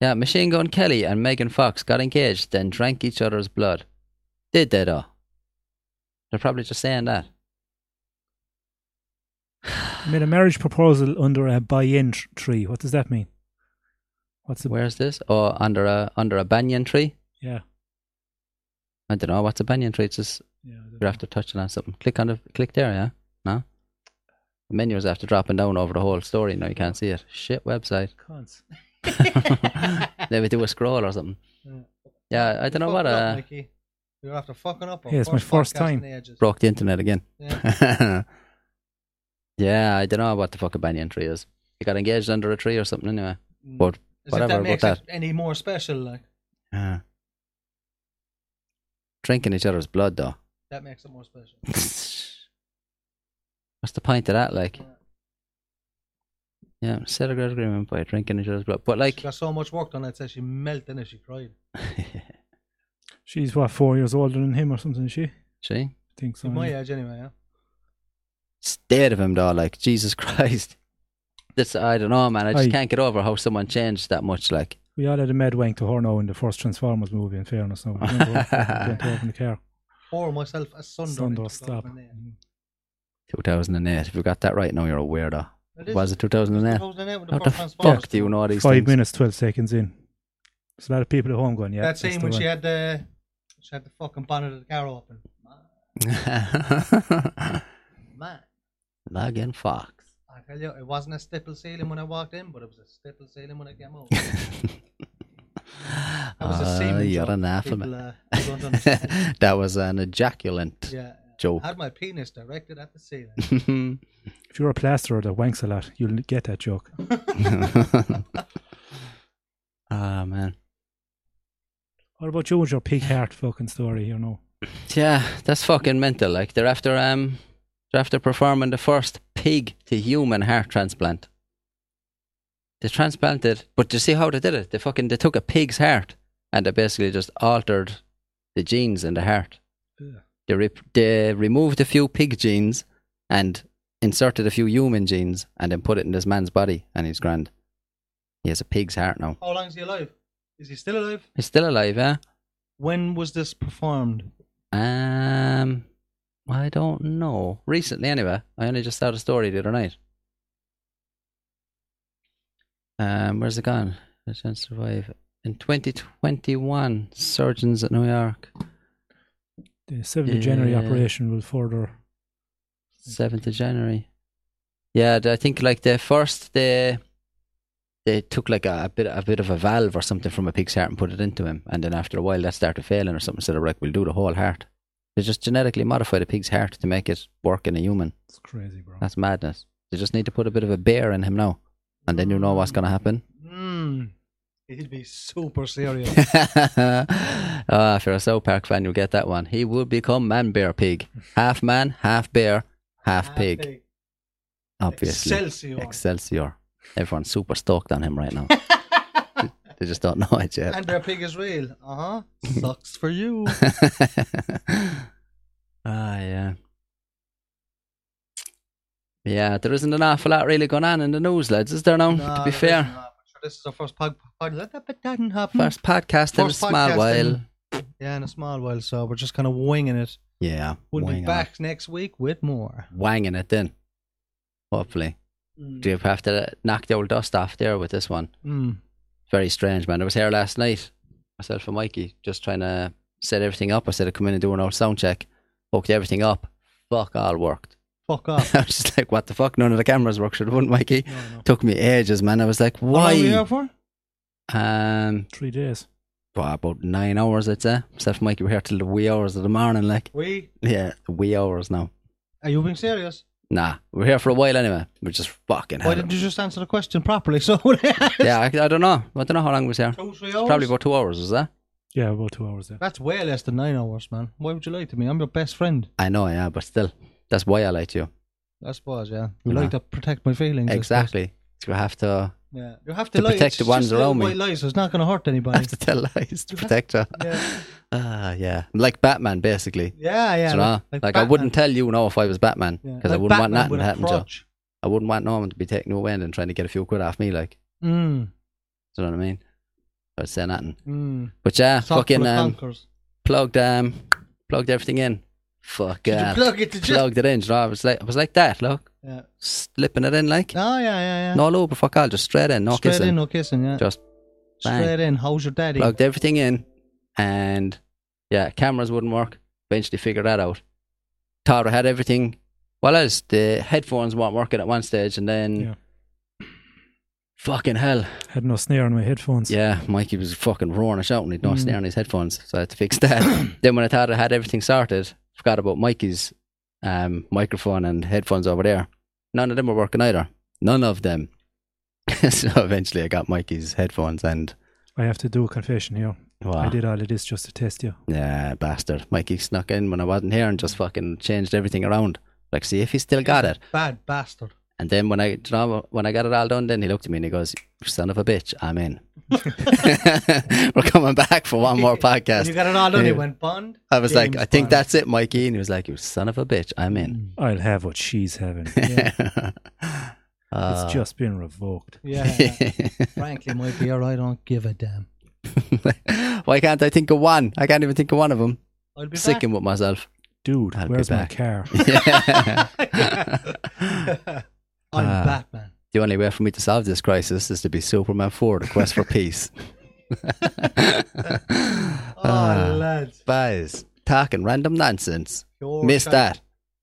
C: Yeah, Machine Gun Kelly and Megan Fox got engaged, then drank each other's blood. Did they though? They're probably just saying that.
A: made a marriage proposal under a buy-in tr- tree. What does that mean? What's the
C: Where's this? Oh, under a under a banyan tree?
A: yeah?
C: I don't know, what's a banyan tree? It's just
A: Yeah, I don't
C: you're
A: know.
C: after touching on something. Click on the click there, yeah? No? The menu is after dropping down over the whole story, now you can't see it. Shit website.
B: (laughs)
C: (laughs)
A: Cons.
C: Maybe do a scroll or something.
B: Yeah.
C: Yeah, I don't know
B: Fucked
C: what
B: up,
C: uh
B: Mikey. You're after fucking up. our
A: Yeah, it's my first
B: podcast
A: time.
B: in ages.
C: broke the internet again. (laughs)
B: Yeah.
C: yeah, I don't know what the fuck a banyan tree is. You got engaged under a tree or something anyway. (laughs) But
B: As
C: whatever
B: if that
C: about
B: makes
C: that.
B: Mm. it any more special, like
C: drinking each other's blood though.
B: that makes it more special.
C: What's the point of that? Like, yeah, set a great agreement by drinking each other's blood. But
B: she
C: like,
B: got so much work done that said she melted and she cried.
A: She's what four years older than him or something. Is she I
C: (laughs) see,
A: think so.
B: To my
A: yeah.
B: age, anyway. Yeah.
C: state of him though. Like, Jesus (laughs) Christ. This I don't know, man. I just
A: Aye.
C: can't get over how someone changed that much. Like,
A: We all had a mad wank to her now in the first Transformers movie. In fairness, now
C: (laughs)
A: remember when we went over in the car.
B: Pour myself a sundae.
A: Thunder stop.
C: 2008. If you got that right, now you're a weirdo. Was it 2008? How the
B: the
C: fuck do you know these
A: Five
C: things?
A: minutes, twelve seconds in. There's a lot of people at home going, yeah.
B: that
A: that's
B: scene
A: the
B: when she
A: one.
B: had the she had the fucking bonnet of the car open.
C: (laughs)
B: Man,
C: Megan Fox.
B: I tell you, it wasn't a stipple ceiling when I walked in, but it was a stipple ceiling when I came out. That was
C: (laughs) Ah,
B: a semen
C: you're
B: joke.
C: an anathema.
B: People, uh, they don't
C: (laughs)
B: understand.
C: that was an ejaculant
B: yeah. (laughs)
C: joke. (laughs)
B: I had my penis directed at the ceiling.
A: If you're a plasterer that wanks a lot, you'll get that joke.
C: Ah man.
A: What about you with your
C: (sighs)
A: pig heart fucking story? You know,
C: Yeah, that's fucking mental. Like they're after um they're after performing the first pig to human heart transplant. They transplanted but do you see how they did it? They fucking they took a pig's heart and they basically just altered the genes in the heart.
A: Yeah.
C: They re- they removed a few pig genes and inserted a few human genes and then put it in this man's body and he's grand. He has a pig's heart now.
B: How long is he alive? Is he still alive?
C: He's still alive, eh?
B: When was this performed?
C: Um, I don't know. Recently, anyway, I only just saw the story the other night. Um, where's it gone? The chance to survive in 2021. Surgeons at New York,
A: the 7th of January
C: Yeah.
A: operation will further
C: 7th of January. Yeah, th- I think like the first they they took like a, a bit a bit of a valve or something from a pig's heart and put it into him, and then after a while that started failing or something. So they were like, "We'll do the whole heart." They just genetically modified a pig's heart to make it work in a human.
A: It's crazy, bro.
C: That's madness. They just need to put a bit of a bear in him now, and then you know what's gonna happen. (laughs)
B: Mm. He'd be super serious.
C: Ah, if you're a South Park fan, you'll get that one. He will become man bear pig, half man, half bear, half, pig. Obviously,
B: Excelsior.
C: Excelsior. Everyone's super stoked on him
B: (laughs)
C: right now. they just don't know it yet.
B: and their pig is real. Uh huh. Sucks for you.
C: (laughs) ah, yeah. Yeah, there isn't an awful lot really going on in the news, lads, is there now? to
B: Nah,
C: be
B: there
C: fair,
B: isn't that. Sure, This is our first pod. pod that didn't happen.
C: first podcast in a
B: First
C: small
B: podcast
C: while.
B: in- Yeah, in a small while, so we're just kind of winging it.
C: Yeah,
B: We'll
C: wanging
B: be
C: it.
B: back next week with more.
C: Wanging it then. Hopefully. Do you have to knock the old dust off there with this one?
B: Mm.
C: very strange, man. I was here last night, myself and Mikey, just trying to set everything up. I said I'd come in and do an old sound check, hooked everything up. Fuck, all worked. (laughs)
B: Fuck off.
C: I was just like, what the fuck? None of the cameras work, should have won, Mikey.
B: No, no.
C: Took me ages, man. I was like,
B: How long were you
C: why?
B: here for?
C: Um,
A: Three days.
C: well, about nine hours, I'd say. Myself and Mikey were here till the wee hours of the morning, like,
B: We.
C: yeah, the wee hours now.
B: Are you being serious?
C: Nah, we we're here for a while anyway. We're just fucking
B: Why
C: had
B: didn't
C: it.
B: you just answer the question properly? (laughs) So yeah,
C: Yeah, I, I don't know. I don't know how long we was here.
B: two, three hours.
C: Probably about two hours, was that?
A: Yeah, about two hours there.
B: That's way less than nine hours, man. Why would you lie to me? I'm your best friend.
C: I know, yeah, but still, that's why I like you.
B: I suppose, yeah. You
C: Nah.
B: like to protect my feelings. I suppose.
C: Exactly. You have to (laughs)
B: Yeah. You have to,
C: To
B: lie.
C: protect
B: It's
C: the ones
B: just little
C: around me.
B: white lies. It's not going to hurt anybody.
C: have to tell lies to
B: You have-
C: protect her.
B: (laughs) yeah.
C: Ah, yeah. Like Batman, basically.
B: Yeah, yeah.
C: you know? Like, I
B: Batman.
C: wouldn't tell you now if I was Batman
B: Yeah,
C: because I
B: like
C: wouldn't
B: Batman
C: want nothing
B: with
C: to
B: a
C: happen to her.
B: crutch.
C: I wouldn't want no one to be taking away and trying to get a few quid off me. Like,
B: Mm,
C: do you know what I mean? I'd say nothing.
B: mm.
C: But yeah,
B: Sock full of
C: fucking um,
B: conkers.
C: plugged um, plugged everything in. Fuck
B: Did you
C: yeah,
B: plug it to just?
C: plugged it in. do You know, I was like, I was like that. Look,
B: Yeah.
C: slipping it in like
B: Oh, yeah, yeah, yeah.
C: no lube, fuck all, just straight in, no
B: Straight
C: kissing.
B: in, no kissing, yeah.
C: Just bang.
B: Straight in. How's your daddy?
C: plugged everything in, and yeah, cameras wouldn't work. Eventually figured that out. Tara had everything. Well, as the headphones weren't working at one stage, and then
A: Yeah.
C: fucking hell,
A: Had no snare on my headphones.
C: yeah, Mikey was fucking roaring and shouting. He'd no
A: Mm.
C: snare on his headphones, so I had to
B: (coughs)
C: fix that. then when I thought I had everything sorted, forgot about Mikey's um, microphone and headphones over there. None of them were working either. None of them. (laughs) so eventually, I got Mikey's headphones and.
A: I have to do a confession here.
C: Wow.
A: I did all of this just to test you.
C: Yeah, bastard. Mikey snuck in when I wasn't here and just fucking changed everything around. Like, see if he still got it.
B: Bad bastard.
C: And then when I, do you know, when I got it all done, then he looked at me and he goes, "Son of a bitch, I'm in."
B: (laughs)
C: (laughs) We're coming back for one more
B: And you
C: podcast.
B: got it all done. He
C: Yeah.
B: went Bond.
C: I was like,
B: James
C: "I think
B: Bond.
C: that's it, Mikey," and he was like, "You son of a bitch, I'm in." (laughs)
A: I'll have what she's having.
C: Uh,
A: it's just been revoked.
C: (laughs)
B: Yeah. yeah. Frankly, Mikey, you're right. I don't give a damn.
C: Why can't I think of one? I can't even think of one of them.
B: I'll be back.
C: Sicking
B: (laughs)
C: with myself. (laughs)
A: Dude,
C: I'll be
A: where's my
C: back. (laughs)
A: car?
B: I'm
C: Ah.
B: Batman.
C: The only way for me to solve this crisis is to be Superman 4, The Quest
B: (laughs)
C: for Peace. (laughs)
B: Oh,
C: Ah,
B: lads.
C: Guys, talking random nonsense.
B: Pure
C: Miss
B: trash.
C: that.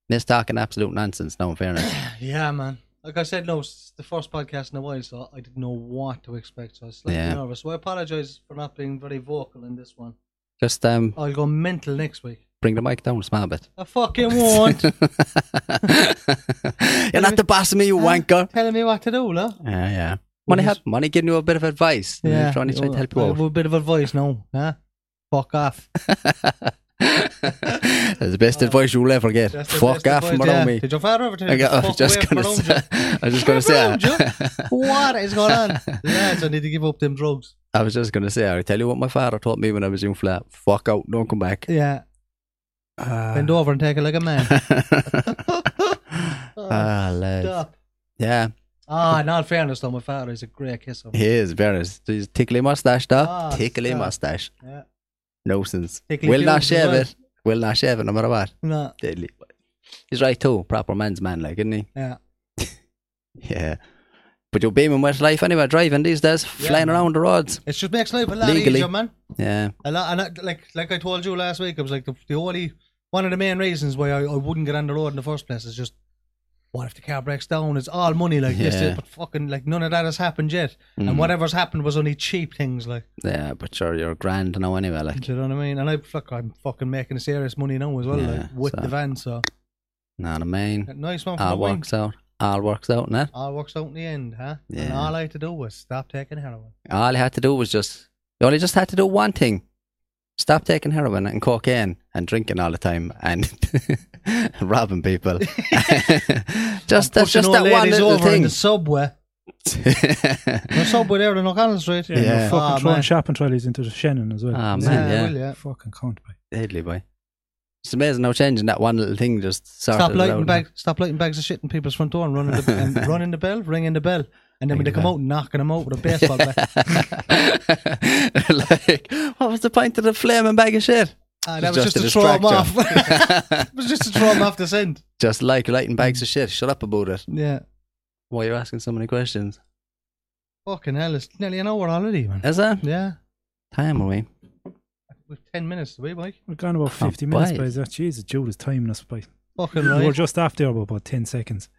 C: Miss talking absolute nonsense, no, in fairness.
B: Yeah, man. Like I said, no, it's the first podcast in a while, so I didn't know what to expect, so I was slightly
C: Yeah.
B: nervous. So I apologise for not being very vocal in this one.
C: Just um,
B: I'll go mental next week.
C: bring the mic down a small bit. (laughs)
B: I fucking won't.
C: You're not the boss of me, you wanker.
B: Telling me what to do, no?
C: Yeah, yeah. Money help. Money giving you a bit of advice. Yeah. Trying to help you
B: Well,
C: out.
B: A bit of advice, no? Huh? Fuck
C: (laughs)
B: off.
C: That's the best advice you'll ever get.
B: uh, That's the
C: Fuck
B: best
C: off
B: advice,
C: from
B: yeah.
C: around me.
B: Did your father ever tell you
C: I,
B: to
C: got, I was
B: fuck away
C: just
B: from
C: gonna
B: around
C: say.
B: you?
C: I was just gonna say. uh,
B: Around you? What is going
C: (laughs)
B: on? Lads, I need to give up them drugs.
C: I was just gonna say. I tell you what my father taught me when I was in flat. Fuck out. Don't
B: (laughs)
C: come back. (laughs)
B: Yeah.
C: Uh,
B: Bend over and take it like a man.
C: ah, lads.
B: Stop.
C: Yeah,
B: Ah, in all fairness though, my father is a great kisser.
C: he is very. He's tickly mustache, though.
B: Ah,
C: tickly
B: stop.
C: mustache.
B: Yeah.
C: No sense.
B: Tickly
C: Will not
B: pubes as
C: shave
B: well.
C: it. Will not shave it, no matter what.
B: No.
C: Deadly. He's right too. Proper man's man, like, isn't he?
B: Yeah.
C: Yeah. But you're beaming with life anyway, driving these days, flying
B: man.
C: around the roads.
B: It just makes life a lot
C: Legally.
B: easier, man.
C: Yeah.
B: A lot, and I, like like I told you last week, it was like the, the only one of the main reasons why I, I wouldn't get on the road in the first place is just what if the car breaks down? It's all money like this,
C: Yeah. Mm.
B: this, but fucking like none of that has happened yet. And whatever's happened was only cheap things, like
C: Yeah, but sure, you're grand now anyway. Like,
B: do you know what I mean? And I fuck, I'm fucking making serious money now as well,
C: Yeah,
B: like with
C: so- Ah,
B: the van. So
C: not a main.
B: nice one for the
C: All
B: wing.
C: works out. All works out, now.
B: All works out in the end, huh? And
C: Yeah.
B: all I had to do was stop taking heroin.
C: All you had to do was just, you only just had to do one thing stop taking heroin and cocaine and drinking all the time and (laughs)
B: (laughs)
C: robbing people. just that's
B: Pushing
C: just
B: old
C: that one
B: ladies
C: little
B: over in
C: thing.
B: the subway. The subway there in O'Connell Street.
A: Yeah,
C: Yeah.
A: yeah. fucking
B: Ah,
A: throwing
B: man.
A: shopping trolleys into the Shannon as well.
C: Ah, man, yeah.
B: will ya?
A: Fucking can't buy.
C: (laughs) Deadly boy. It's amazing how changing that one little thing just sorted
B: Stop
C: it
B: lighting
C: out.
B: bags. Stop lighting bags of shit in people's front door and running the and running the bell, ringing the bell, and then when they come out, knocking them out with a
C: (laughs)
B: baseball bat.
C: like, what was the point of the flaming bag of shit? (laughs)
B: Ah, that
C: It's
B: was just,
C: just
B: to
C: a
B: throw them off. (laughs)
C: distraction.
B: it was just to throw them off the scent.
C: Just like lighting bags of shit. Shut up about it.
B: Yeah.
C: Why are you asking so many questions?
B: Fucking hell, it's nearly an hour already, man.
C: Is that
B: Yeah,
C: time away?
B: we've ten minutes to be, Mike.
A: We've gone about
C: Can't
A: 50 minutes
C: buy
A: by
C: it.
A: that. Jesus, Jude is timing us by.
B: Fucking
A: We're
B: right.
A: just after about, about 10 seconds.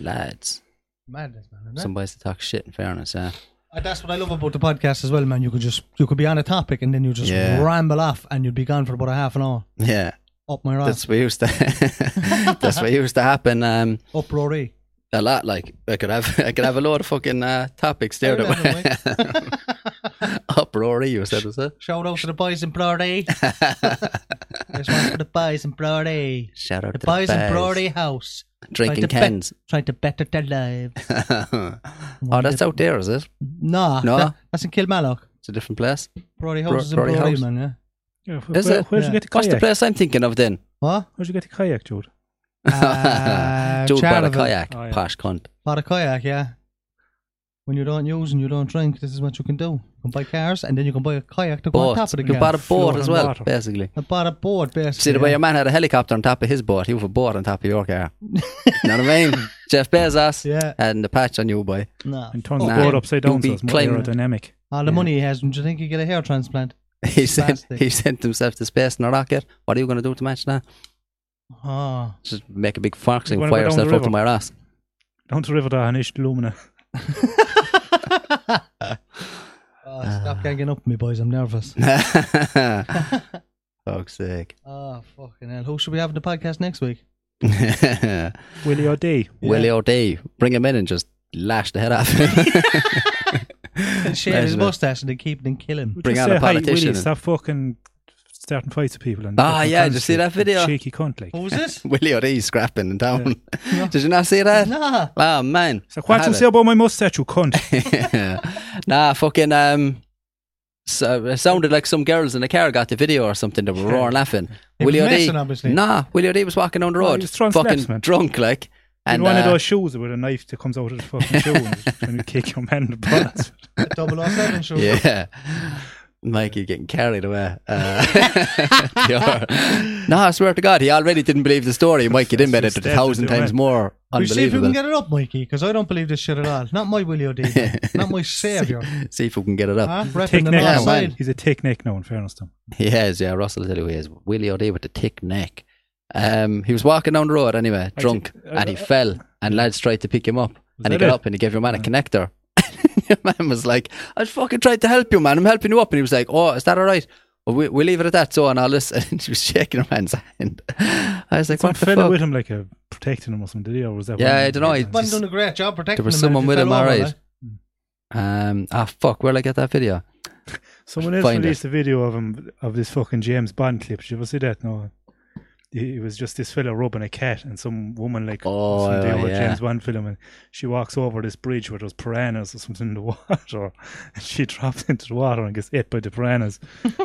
C: Lads.
B: Madness, man. Isn't it?
C: Some ways to talk shit in fairness, yeah.
B: Uh, that's what I love about the podcast as well, man. You could just you could be on a topic and then you just
C: Yeah.
B: ramble off and you'd be gone for about a half an hour.
C: (laughs) Yeah.
B: Up my ass,
C: That's what used to (laughs) That's what used to happen um
B: up Rory.
C: a lot. Like I could have (laughs) I could have a lot of fucking uh, topics there
B: Fair
C: that were (laughs) uproary, you said, was it?
B: Shout out to the boys in
C: (laughs)
B: Brody. There's one for the boys in Brody.
C: Shout out
B: The
C: to
B: boys
C: the
B: in
C: boys.
B: Brody House
C: drinking
B: Like the
C: cans.
B: trying to better their lives.
C: (laughs) oh, that's out there, is it?
B: Nah,
C: No.
B: that- that's in Kilmallock.
C: It's a different place.
B: Brody
C: Bro-
B: House is in
C: Brody
B: Brody,
C: House.
B: man. Yeah.
A: Yeah, wh-
C: Is
A: where,
C: it?
A: Where'd
B: Yeah.
A: you get the
C: What's
A: kayak?
C: the place I'm thinking of then?
B: What?
A: Where'd you get the kayak, Jude?
C: (laughs)
B: Uh,
C: Jude bought a
B: Charleville.
C: kayak.
A: Oh, yeah.
C: Posh cunt.
B: Bought a kayak, yeah. When you don't use and you don't drink, this is what you can do. You can buy cars and then you can buy a kayak to go on
C: Boat.
B: top of the
C: You
B: kayak.
C: bought a boat
A: floating
C: as well,
A: water.
C: basically.
B: I bought a board, basically.
C: See the way
B: yeah.
C: your man had a helicopter on top of his boat, he was a boat on top of your car. know what I mean?
A: (laughs)
C: Jeff Bezos
B: Yeah.
C: and the patch on you, boy.
B: Nah.
A: And turns
C: Nah.
A: the board upside
C: You'll
A: down
C: be
A: so it's more
C: climbing.
A: aerodynamic.
B: All the money he has, don't you think he get a hair transplant?
C: He sent
B: Plastic.
C: he sent himself to space in a rocket. What are you gonna do to match that?
B: Oh.
C: Just make a big fox
A: You
C: and
A: wanna
C: fire
A: go down the
C: yourself up to
A: river?
C: my
A: (laughs)
C: ass. (laughs)
A: Down to River Dahanish Lumina.
C: Ah.
B: oh stop ganging up, me boys. I'm nervous.
C: Fuck's sake. (laughs)
B: Oh, fucking hell. Who should we have in the podcast next week?
A: Willie
C: (laughs)
A: O'D.
C: Willie O'Day, bring him in and just lash the
A: (laughs)
C: head off. (laughs)
B: And
C: er
B: shave his mustache and then keep and kill him.
C: Bring
A: Just
C: out a
A: say, "Hi,
C: politician
A: Willie,
C: and-
A: stop fucking starting fights with people. And
C: Ah,
A: fucking
C: yeah, did you
A: cunts,
C: see
A: like,
C: that video? Oh,
A: Cheeky cunt, like.
B: Who's (laughs) this?
C: Willie O'Day scrapping in town. (laughs) Did you not see that?
B: nah.
C: Oh man.
A: So what
C: I
A: you
C: had
A: say about my mustache, you
C: (laughs)
A: cunt?
C: it. (laughs) nah, fucking um so, it sounded like some girls in the car got the video or something. They were roaring laughing.
B: He was
C: Willie O'Day,
B: messing, obviously.
C: nah, Willie O'Day was walking down the
A: No, he
C: road,
A: was throwing
C: fucking
A: slaps, man.
C: drunk like,
A: And
C: and
A: one of
C: uh, (laughs)
A: those shoes with a knife that comes out of the fucking shoe and just trying to kick your man in the
C: (laughs)
A: butt.
B: The 007 show.
C: Yeah. Mike, you're getting carried away. Uh, (laughs)
B: (laughs)
C: you're- no, I swear to God, he already didn't believe the story. Mike, you didn't bet it a
A: Steps
C: thousand
A: into it,
C: times
A: man.
C: more.
B: We see if you
C: Unbelievable.
B: can get it up, Mikey, because I don't believe this shit at all. Not my Willie
C: (laughs)
B: O'Day. not my saviour.
C: See if we can get it up.
B: Huh?
A: Thick
B: Repping the
A: neck.
B: north
C: Yeah, man.
B: side.
A: He's a thick neck now, in fairness to him.
C: He is, yeah. Russell tell you he is. Willie O'Day with the thick neck. Um, he was walking down the road anyway, drunk, and he fell, and lads tried to pick him up, and he
A: uh, that
C: got
A: it?
C: up and he gave your man a connector. (laughs) your man was like, "I fucking tried to help you, man. I'm helping you up," and he was like, "Oh, is that all right?" Well, we we leave it at that. So and all this, (laughs) and she was shaking her man's hand. (laughs) I was like,
A: Some
C: "What the fuck?"
A: fella with him, like, uh, protecting him or something, did he? Or was that
C: Yeah,
A: one-
C: I dunno, he-
B: Wasn't doing a great job protecting
C: There was
B: him, man, if
C: someone
B: he
C: with
B: fell
C: him, all
B: over,
C: right.
B: like.
C: Um, ah, fuck. Where'd I get that video?
A: Someone else
C: Find it.
A: released a video of him of this fucking James Bond clip. Did you ever see that? No. He- It was just this fella rubbing a cat, and some woman like
C: Oh,
A: some
C: yeah,
A: old
C: yeah.
A: James Bond film, and she walks over this bridge where there's piranhas or something in the (laughs) water, and she drops into the water and gets hit by the piranhas.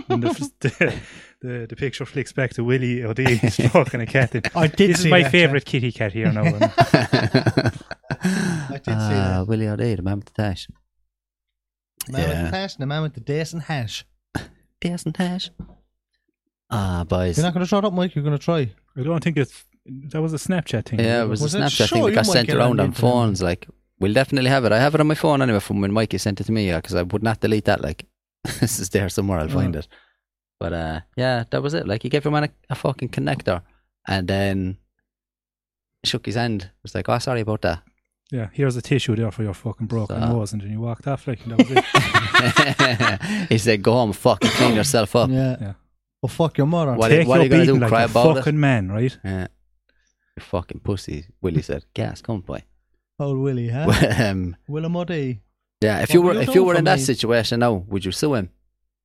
A: and the, f- (laughs) the, the the picture flicks back to Willie O'Day
C: (laughs)
A: stroking a cat. And,
B: I did
A: this
B: see
A: is my
B: that,
A: favorite kitty cat here now.
C: (laughs)
A: And
B: I did see that.
C: Ah, Willie O'Day, the man with the dash.
B: Man with
C: Yeah.
B: the tash and the man with the dash and hash.
C: Dash and dash. Ah, boys.
B: You're not going to shut up, Mike. You're going to try.
A: I don't think it's that was a Snapchat thing.
C: Yeah, it was,
B: Mm. Was
C: a
B: it?
C: Snapchat
B: Sure,
C: thing that
B: you
C: got
B: might
C: sent
B: get it on
C: around
B: the
C: on
B: internet.
C: phones. Like, we'll definitely have it. I have it on my phone anyway from when Mikey sent it to me because I would not delete that. Like, (laughs) this is there somewhere. I'll
B: Mm.
C: find it. But uh, yeah, that was it. Like, he gave your man a, a fucking connector, and then shook his hand. Was like, oh, sorry about that. (laughs)
A: Yeah, here's a tissue there for your fucking broken
C: So-
A: nose, and then you walked off like that was it.
C: he said, go home, fucking clean
B: (laughs)
C: yourself (laughs) up.
B: Yeah.
A: Yeah.
B: Well, fuck your mother.
C: What-
A: Take
C: are
A: your
C: you gonna do,
A: beating like
C: cry
A: a
C: about it?
A: fucking man, right?
C: Yeah. You fucking pussy, Willie said. Gas,
B: (laughs)
C: come boy.
B: Old Willie, huh?
C: Well, um,
B: Willamuddy.
C: yeah, if
B: What
C: you
B: will
C: were
B: you
C: if
B: do
C: you were
B: for
C: in that
B: me?
C: situation now, would you sue him?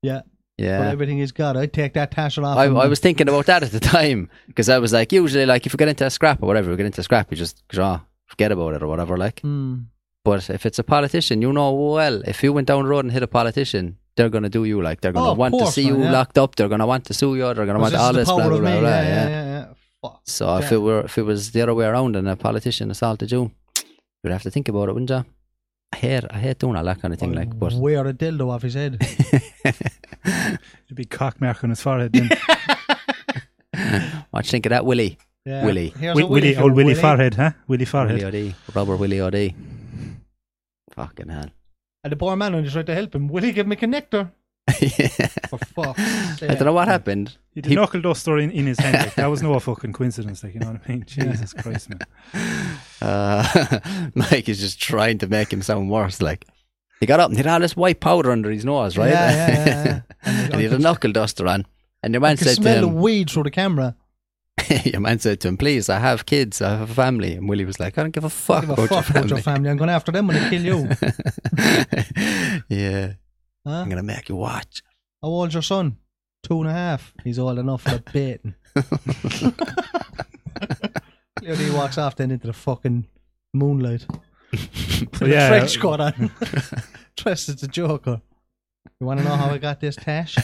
B: Yeah. But
C: Yeah.
B: everything he's got, I'd take that tassel off.
C: I,
B: him.
C: I was thinking about that at the time because I was like, usually, like if we get into a scrap or whatever, we get into a scrap, you just draw, forget about it or whatever. Like,
B: Mm.
C: but if it's a politician, you know well, if you went down the road and hit a politician, they're gonna do you like they're gonna
B: Oh, of
C: want
B: course,
C: to see you
B: man, yeah.
C: locked up. They're gonna want to sue you. They're gonna
B: Because
C: want
B: this is
C: all
B: the
C: this blah
B: power
C: blah
B: of
C: blah.
B: me.
C: blah,
B: yeah, yeah,
C: yeah.
B: yeah, yeah. Fuck.
C: So if
B: Yeah.
C: it were if it was the other way around and a politician assaulted you, you'd have to think about it, wouldn't you? I hate I hate doing all that kind of thing. Like, but
B: Wear a dildo off his
C: (laughs)
B: head.
A: The big cock mark on his
B: (laughs)
A: forehead. Then.
C: what you think of that, Willie?
B: Yeah.
C: Willie.
B: Here's
A: Wi-
B: a
A: Willie,
B: for
A: old
B: you,
A: Willie forehead, huh? Willie forehead.
C: Willie O'D, Robert Willie O'D. Fucking hell!
B: And the poor man only tried to help him. Willie, give him a
C: (laughs)
B: connector. For fuck's
C: I
B: sake.
C: don't know what happened.
A: He
C: He-
A: did knuckle duster in, in his hand. Like, that was
C: (laughs)
A: no fucking coincidence, like you know what I mean? Jesus Christ, man.
C: Uh, (laughs) Mike is just trying to make him sound worse. Like he got up and he had all this white powder under his nose, right?
B: Yeah, yeah, yeah,
C: (laughs)
B: yeah.
C: and he had a knuckle duster on. And your
B: I
C: man
B: can
C: said to
B: smell the
C: him,
B: weed through the camera.
C: (laughs) your man said to him, please, I have kids, I have a family. And Willie was like, I don't give a fuck,
B: Give a
C: about,
B: fuck
C: your
B: about your family. I'm going after them when they kill
C: (laughs)
B: you.
C: family. (laughs) yeah,
B: Huh?
C: I'm going to make you watch. (laughs)
B: How old's your son? Two and a half. He's old enough for the
C: (laughs)
B: baiting. Clearly he walks off then into the fucking moonlight.
A: So
B: With a
A: yeah,
B: trench coat on. (laughs) Dressed as a joker. You want to know how I got this tash?
C: (laughs) I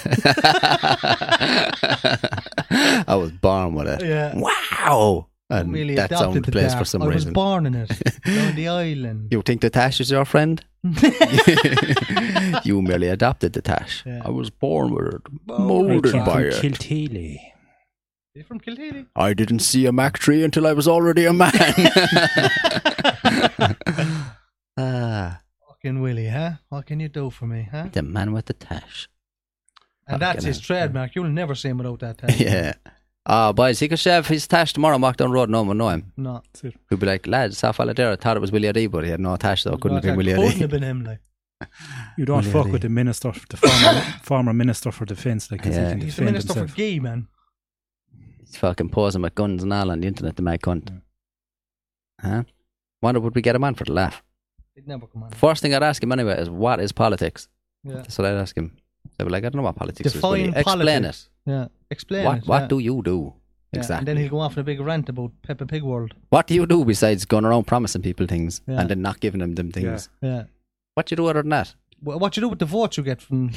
C: was born with it.
B: yeah.
C: Wow.
B: I'm
C: And
B: really
C: that
B: adopted
C: sound
B: to
C: plays
B: that.
C: for some
B: I
C: reason.
B: was born
C: (laughs)
B: in it. on the island.
C: you think the Tash is your friend?
B: (laughs)
C: (laughs) you merely adopted the Tash.
B: Yeah. Oh,
C: I was born with it,
A: I
C: molded
A: came
C: by
A: from
C: it.
A: Kilteely.
B: You're from Kildare.
C: I didn't see a Mac tree until I was already a man. (laughs) ah,
B: Fucking Willie, huh? What can you do for me, huh?
C: the man with the tash.
B: And that's
C: Fucking
B: his
C: hell.
B: trademark. You'll never see him without that tash.
C: (laughs) Yeah. Ah, boys, he could shave his tash tomorrow and walk down the road. No one would know him.
B: No.
A: That's it.
C: He'd be like, lads, that fella there, I thought it was Willie D, but he had no tash, so it couldn't have
B: No,
C: been
B: that
C: Willie
B: Couldn't
C: D.
B: have been him,
C: (laughs)
B: like.
A: You don't
C: Willie
A: fuck
C: O'D.
A: with the minister, for the former, (coughs) former minister for defence, like 'cause
C: Yeah.
A: he can
B: He's the
A: defend
B: minister
A: himself.
C: (laughs)
B: for gay, man.
C: He's fucking posing with guns and all on the internet, the mad cunt.
B: Mm.
C: Huh? Wonder would we get him on for the laugh?
B: He'd never come on.
C: First thing I'd ask him anyway is, what is politics?
B: Yeah.
C: That's what I'd ask him. I'd be like, I don't know what politics
B: Define
C: is. Willie. Explain
B: politics. Yeah.
C: it.
B: Explain
C: What,
B: it.
C: what
B: yeah.
C: do you do?
B: Yeah,
C: Exactly.
B: And then he'll go off on a big rant about Peppa Pig World.
C: What do you do besides going around promising people things
B: Yeah.
C: and then not giving them them things?
B: Yeah.
C: What do you do other than that?
B: Wh- What you do with the votes you get
C: (laughs)
B: from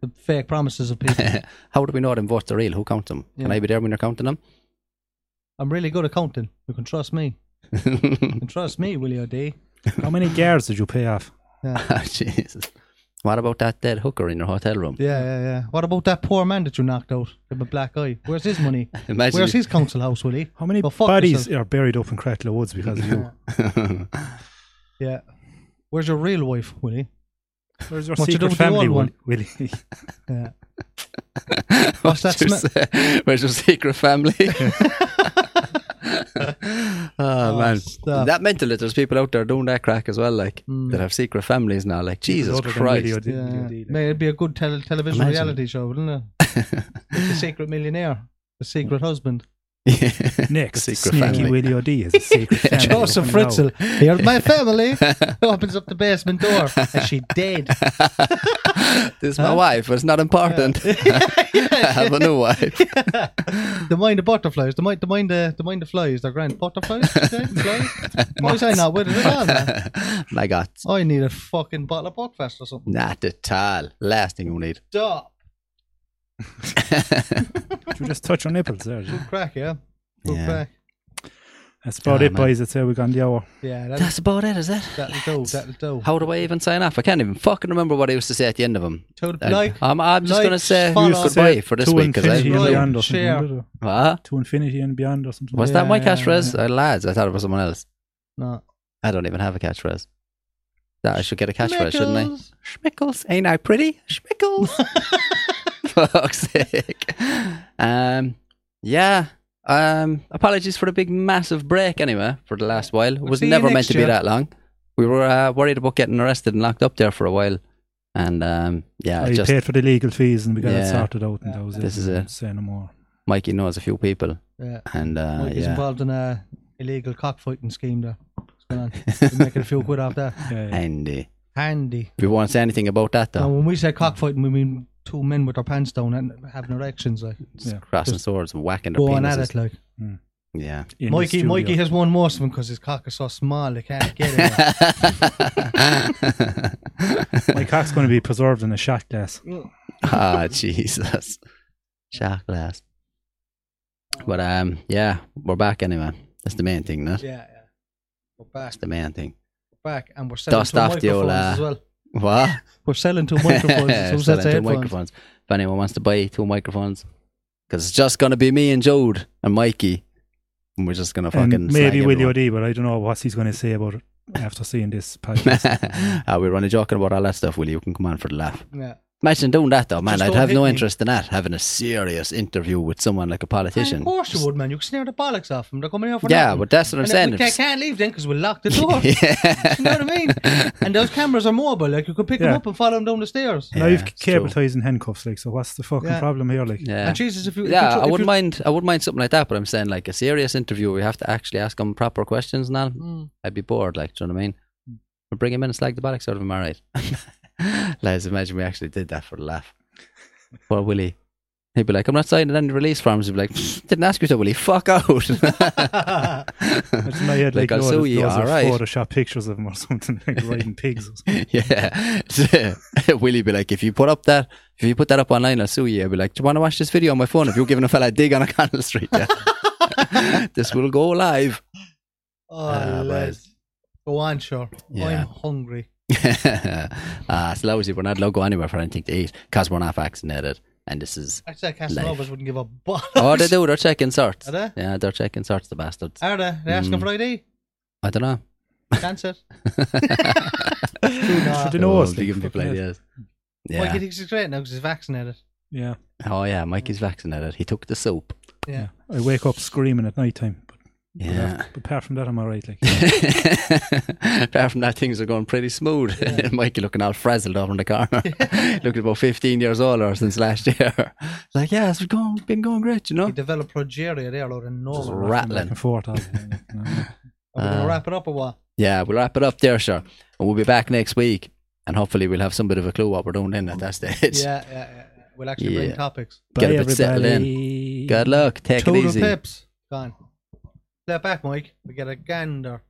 B: the fake promises of people?
C: How do we know them votes are real? Who counts them? Can
B: Yeah.
C: I be there when you're counting them? (laughs)
B: I'm really good at counting. You can trust me. You can trust me, Willie
C: (laughs)
B: O'D.
A: How many guards did you pay off?
C: Ah, Jesus. What about that dead hooker in your hotel room?
B: Yeah, yeah, yeah. What about that poor man that you knocked out with a black eye? Where's his money?
C: (laughs) Imagine
B: Where's
C: you-
B: his council house, Willie?
A: How many
B: Go fuck
A: bodies
B: yourself.
A: are buried up in Cracklow Woods because of
B: (laughs)
A: you?
B: Yeah. Where's your real wife,
C: (laughs)
B: Willie?
A: Where's your
B: What you
A: secret
B: do with the
A: family,
B: old
A: Will-
B: one?
A: Willie? (laughs)
B: Yeah. What's that
C: Your
B: smell?
C: se- (laughs) Where's your secret family? (laughs) oh, man,
B: stop.
C: that meant that there's people out there doing that crack as well, like that have secret families now. Like Jesus
A: Other than Willie
C: Christ,
A: O'D- Willie
B: Yeah.
A: O'D, like.
B: Mate, it'd be a good tele- television
C: Imagine.
B: reality show,
C: (laughs)
B: wouldn't it? the Secret Millionaire, The Secret
C: (laughs)
B: Husband.
A: Next,
C: The secret
A: Sneaky
C: family.
A: Willie O'D is a
C: (laughs)
A: secret family.
B: Joseph
A: up and down.
B: Fritzl, here's my family. Opens up the basement door and she dead.
C: this is my wife. It's not important. (laughs) I have a new wife.
B: The mind of butterflies, the mind, the mind, uh, the, the mind of flies, their grand butterflies. okay,
C: (laughs)
B: flies. Why is I not with it at all, man?
C: My God,
B: I need a fucking bottle of Buckfast or something.
C: not at all. Last thing you need. (laughs)
B: Stop.
A: Did you just touch your nipples there? did you?
B: Crack, yeah. Good
C: Yeah.
B: crack.
A: That's about
C: Ah,
A: it,
C: man.
A: boys. That's how we got on the hour.
B: Yeah, that'll,
C: That's about it, is it?
B: that'll do. That'll do.
C: How do I even sign off? I can't even fucking remember what I used to say at the end of them.
B: To the
C: And
B: like,
C: I'm, I'm just
B: like,
C: going to say
B: follow.
C: goodbye for this
A: to
C: week because
A: infinity
B: I've-
C: I.
A: and beyond
B: Right,
A: or something.
B: uh, share.
A: did it?
C: What?
A: To infinity and beyond or something.
C: Was that
B: Yeah,
C: my
B: yeah,
C: catchphrase?
B: yeah.
C: Uh, lads, I thought it was someone else.
B: no.
C: I don't even have a catchphrase. That I should get a catchphrase, shouldn't I?
B: Schmeckles.
C: Schmickles, ain't I pretty? (laughs)
B: (laughs)
C: Schmickles. Fuck's sake. Um, yeah, Um, apologies for the big massive break anyway for the last while. It was
B: see you
C: never meant
B: next
C: to be
B: year.
C: that long. We were uh, worried about getting arrested and locked up there for a while, and um,
B: Oh,
C: yeah,
A: I
C: just
A: paid for the legal fees and we got it
C: Yeah.
A: sorted out. And that was
C: This
A: it.
C: is it.
A: Say no more.
C: Mikey knows a few people,
B: Yeah.
C: and uh,
B: Mike is
C: yeah,
B: involved in a illegal cockfighting scheme there. What's (laughs) going on? He's making a few quid off that.
A: Yeah, yeah.
C: Andy.
B: Handy.
C: We won't say anything about that
B: Now,
C: though.
B: when we say cockfighting, we mean two men with their pants down and having erections, like
A: Yeah.
C: Crossing swords, whacking their
B: going at
C: penises.
B: it, like.
C: Yeah.
A: In the
B: Mikey,
A: studio. (laughs)
B: Mikey has won most of them because his cock is so small he can't get it.
C: (laughs)
A: (laughs) My cock's going to be preserved in a shot glass.
C: ah, Jesus. Shot glass. But um, yeah, we're back anyway. That's the main thing, not?
B: yeah, yeah. We're back,
C: That's the main thing.
B: we're back, and we're selling
C: Dust
B: two
C: off the old,
B: microphones as
C: uh,
B: well.
C: What?
B: We're selling
C: (laughs)
B: two microphones. so
C: Selling
B: that's
C: two
B: headphones.
C: microphones. If anyone wants to buy two microphones, because it's just gonna be me and Jode and Mikey, and we're just gonna fucking
A: And maybe
C: slag
A: Willie
C: everyone.
A: O'Dea, but I don't know what he's going to say about it after seeing
C: (laughs)
A: this podcast.
C: Ah, we we're only joking about all that stuff, Willie. You can come on for the laugh.
B: Yeah.
C: Imagine doing that though, man.
B: Just
C: I'd
B: don't
C: have
B: hit
C: no
B: me.
C: interest in that. Having a serious interview with someone like a politician.
B: Of course you would, man. You could snare the bollocks off them. They're coming here for
C: Yeah,
B: nothing.
C: but that's what I'm
B: And
C: saying.
B: then we ca- can't leave then because we'll lock the
C: (laughs)
B: door.
C: yeah.
B: You know what I mean? And those cameras are mobile. Like you could pick them
A: Yeah.
B: up and follow them down the stairs.
A: now
C: Yeah,
A: you've
C: it's
A: cable
C: true.
A: ties and handcuffs, like, so what's the fucking
B: Yeah.
A: problem here? Like,
C: Yeah.
B: And Jesus, if you if you
C: Yeah,
B: took-
C: I
B: if you-
C: wouldn't mind. I wouldn't mind something like that, but I'm saying like a serious interview. We have to actually ask him proper questions now.
B: Mm.
C: I'd be bored. Like, do you know what I mean? But bring him in and slag the bollocks out of him. All right. (laughs) Let's imagine we actually did that for the laugh. Poor Willie. He'd be like, "I'm not signing any release forms." He'd be like, "Didn't ask you to, Willie. Fuck out." (laughs)
B: Mm.
A: It's in my head, like,
C: Like, I'll
A: no,
C: sue
A: those,
C: you,
A: those are
C: alright.
A: Photoshop pictures of him or (laughs) something,
C: (laughs)
A: like riding pigs. Or something.
C: yeah. (laughs) Willie be like, if you put up that, if you put that up online, I'll sue you. I'll be like, do you want to watch this video on my phone? If you're giving a fella a dig on a candle street,
A: (laughs)
C: yeah. this will go live.
B: (laughs)
C: (laughs)
B: Oh,
C: Ah,
B: lads. Go on, sure.
C: Yeah.
B: I'm hungry.
C: uh, it's lousy. We're not allowed to go anywhere for anything to eat because we're not vaccinated. And
A: (laughs)
C: this is.
B: I said Casanovas wouldn't give a (laughs) bollocks.
C: Oh, they do. They're checking sorts.
B: Are they?
C: Yeah, they're checking sorts, the bastards.
A: Uh,
B: Are they? They're
C: Mm.
B: asking for ID.
C: I don't know.
B: That's
C: (laughs)
B: it. nah.
A: Should they know
C: Oh,
A: us?
C: they're
A: like,
C: giving people
A: fucking hell.
C: ideas.
B: Why
C: Yeah.
B: get he's great now because he's vaccinated.
A: Yeah.
C: Oh, yeah. Mikey's vaccinated. He took the soap.
B: Yeah.
A: I wake up screaming at night time. But, but
C: Yeah.
A: af- but apart from that, I'm all
C: (laughs)
A: right. Like,
C: Apart from that, things are going pretty smooth. (laughs) Mikey looking all frazzled over in the corner. (laughs) looking about 15 years older since last year. (laughs) Like, yeah, it's going, been going great, you know?
B: He developed progeria there out of
C: Just
B: nowhere.
A: back
C: rattling.
A: and forth. all the time, like, you know.
B: Are we
C: Ah.
B: going to wrap it up or what?
C: Yeah, we'll wrap it up there, sure. And we'll be back next week. And hopefully, we'll have some bit of a clue what we're doing then at that stage.
B: Yeah, yeah, yeah. yeah. We'll actually
C: Yeah.
B: bring topics.
C: (laughs) Get
A: Bye,
C: a bit settled in.
A: everybody.
C: Good luck. Take it
B: Total
C: easy.
B: pips. Gone. Step back, Mike. We get a gander.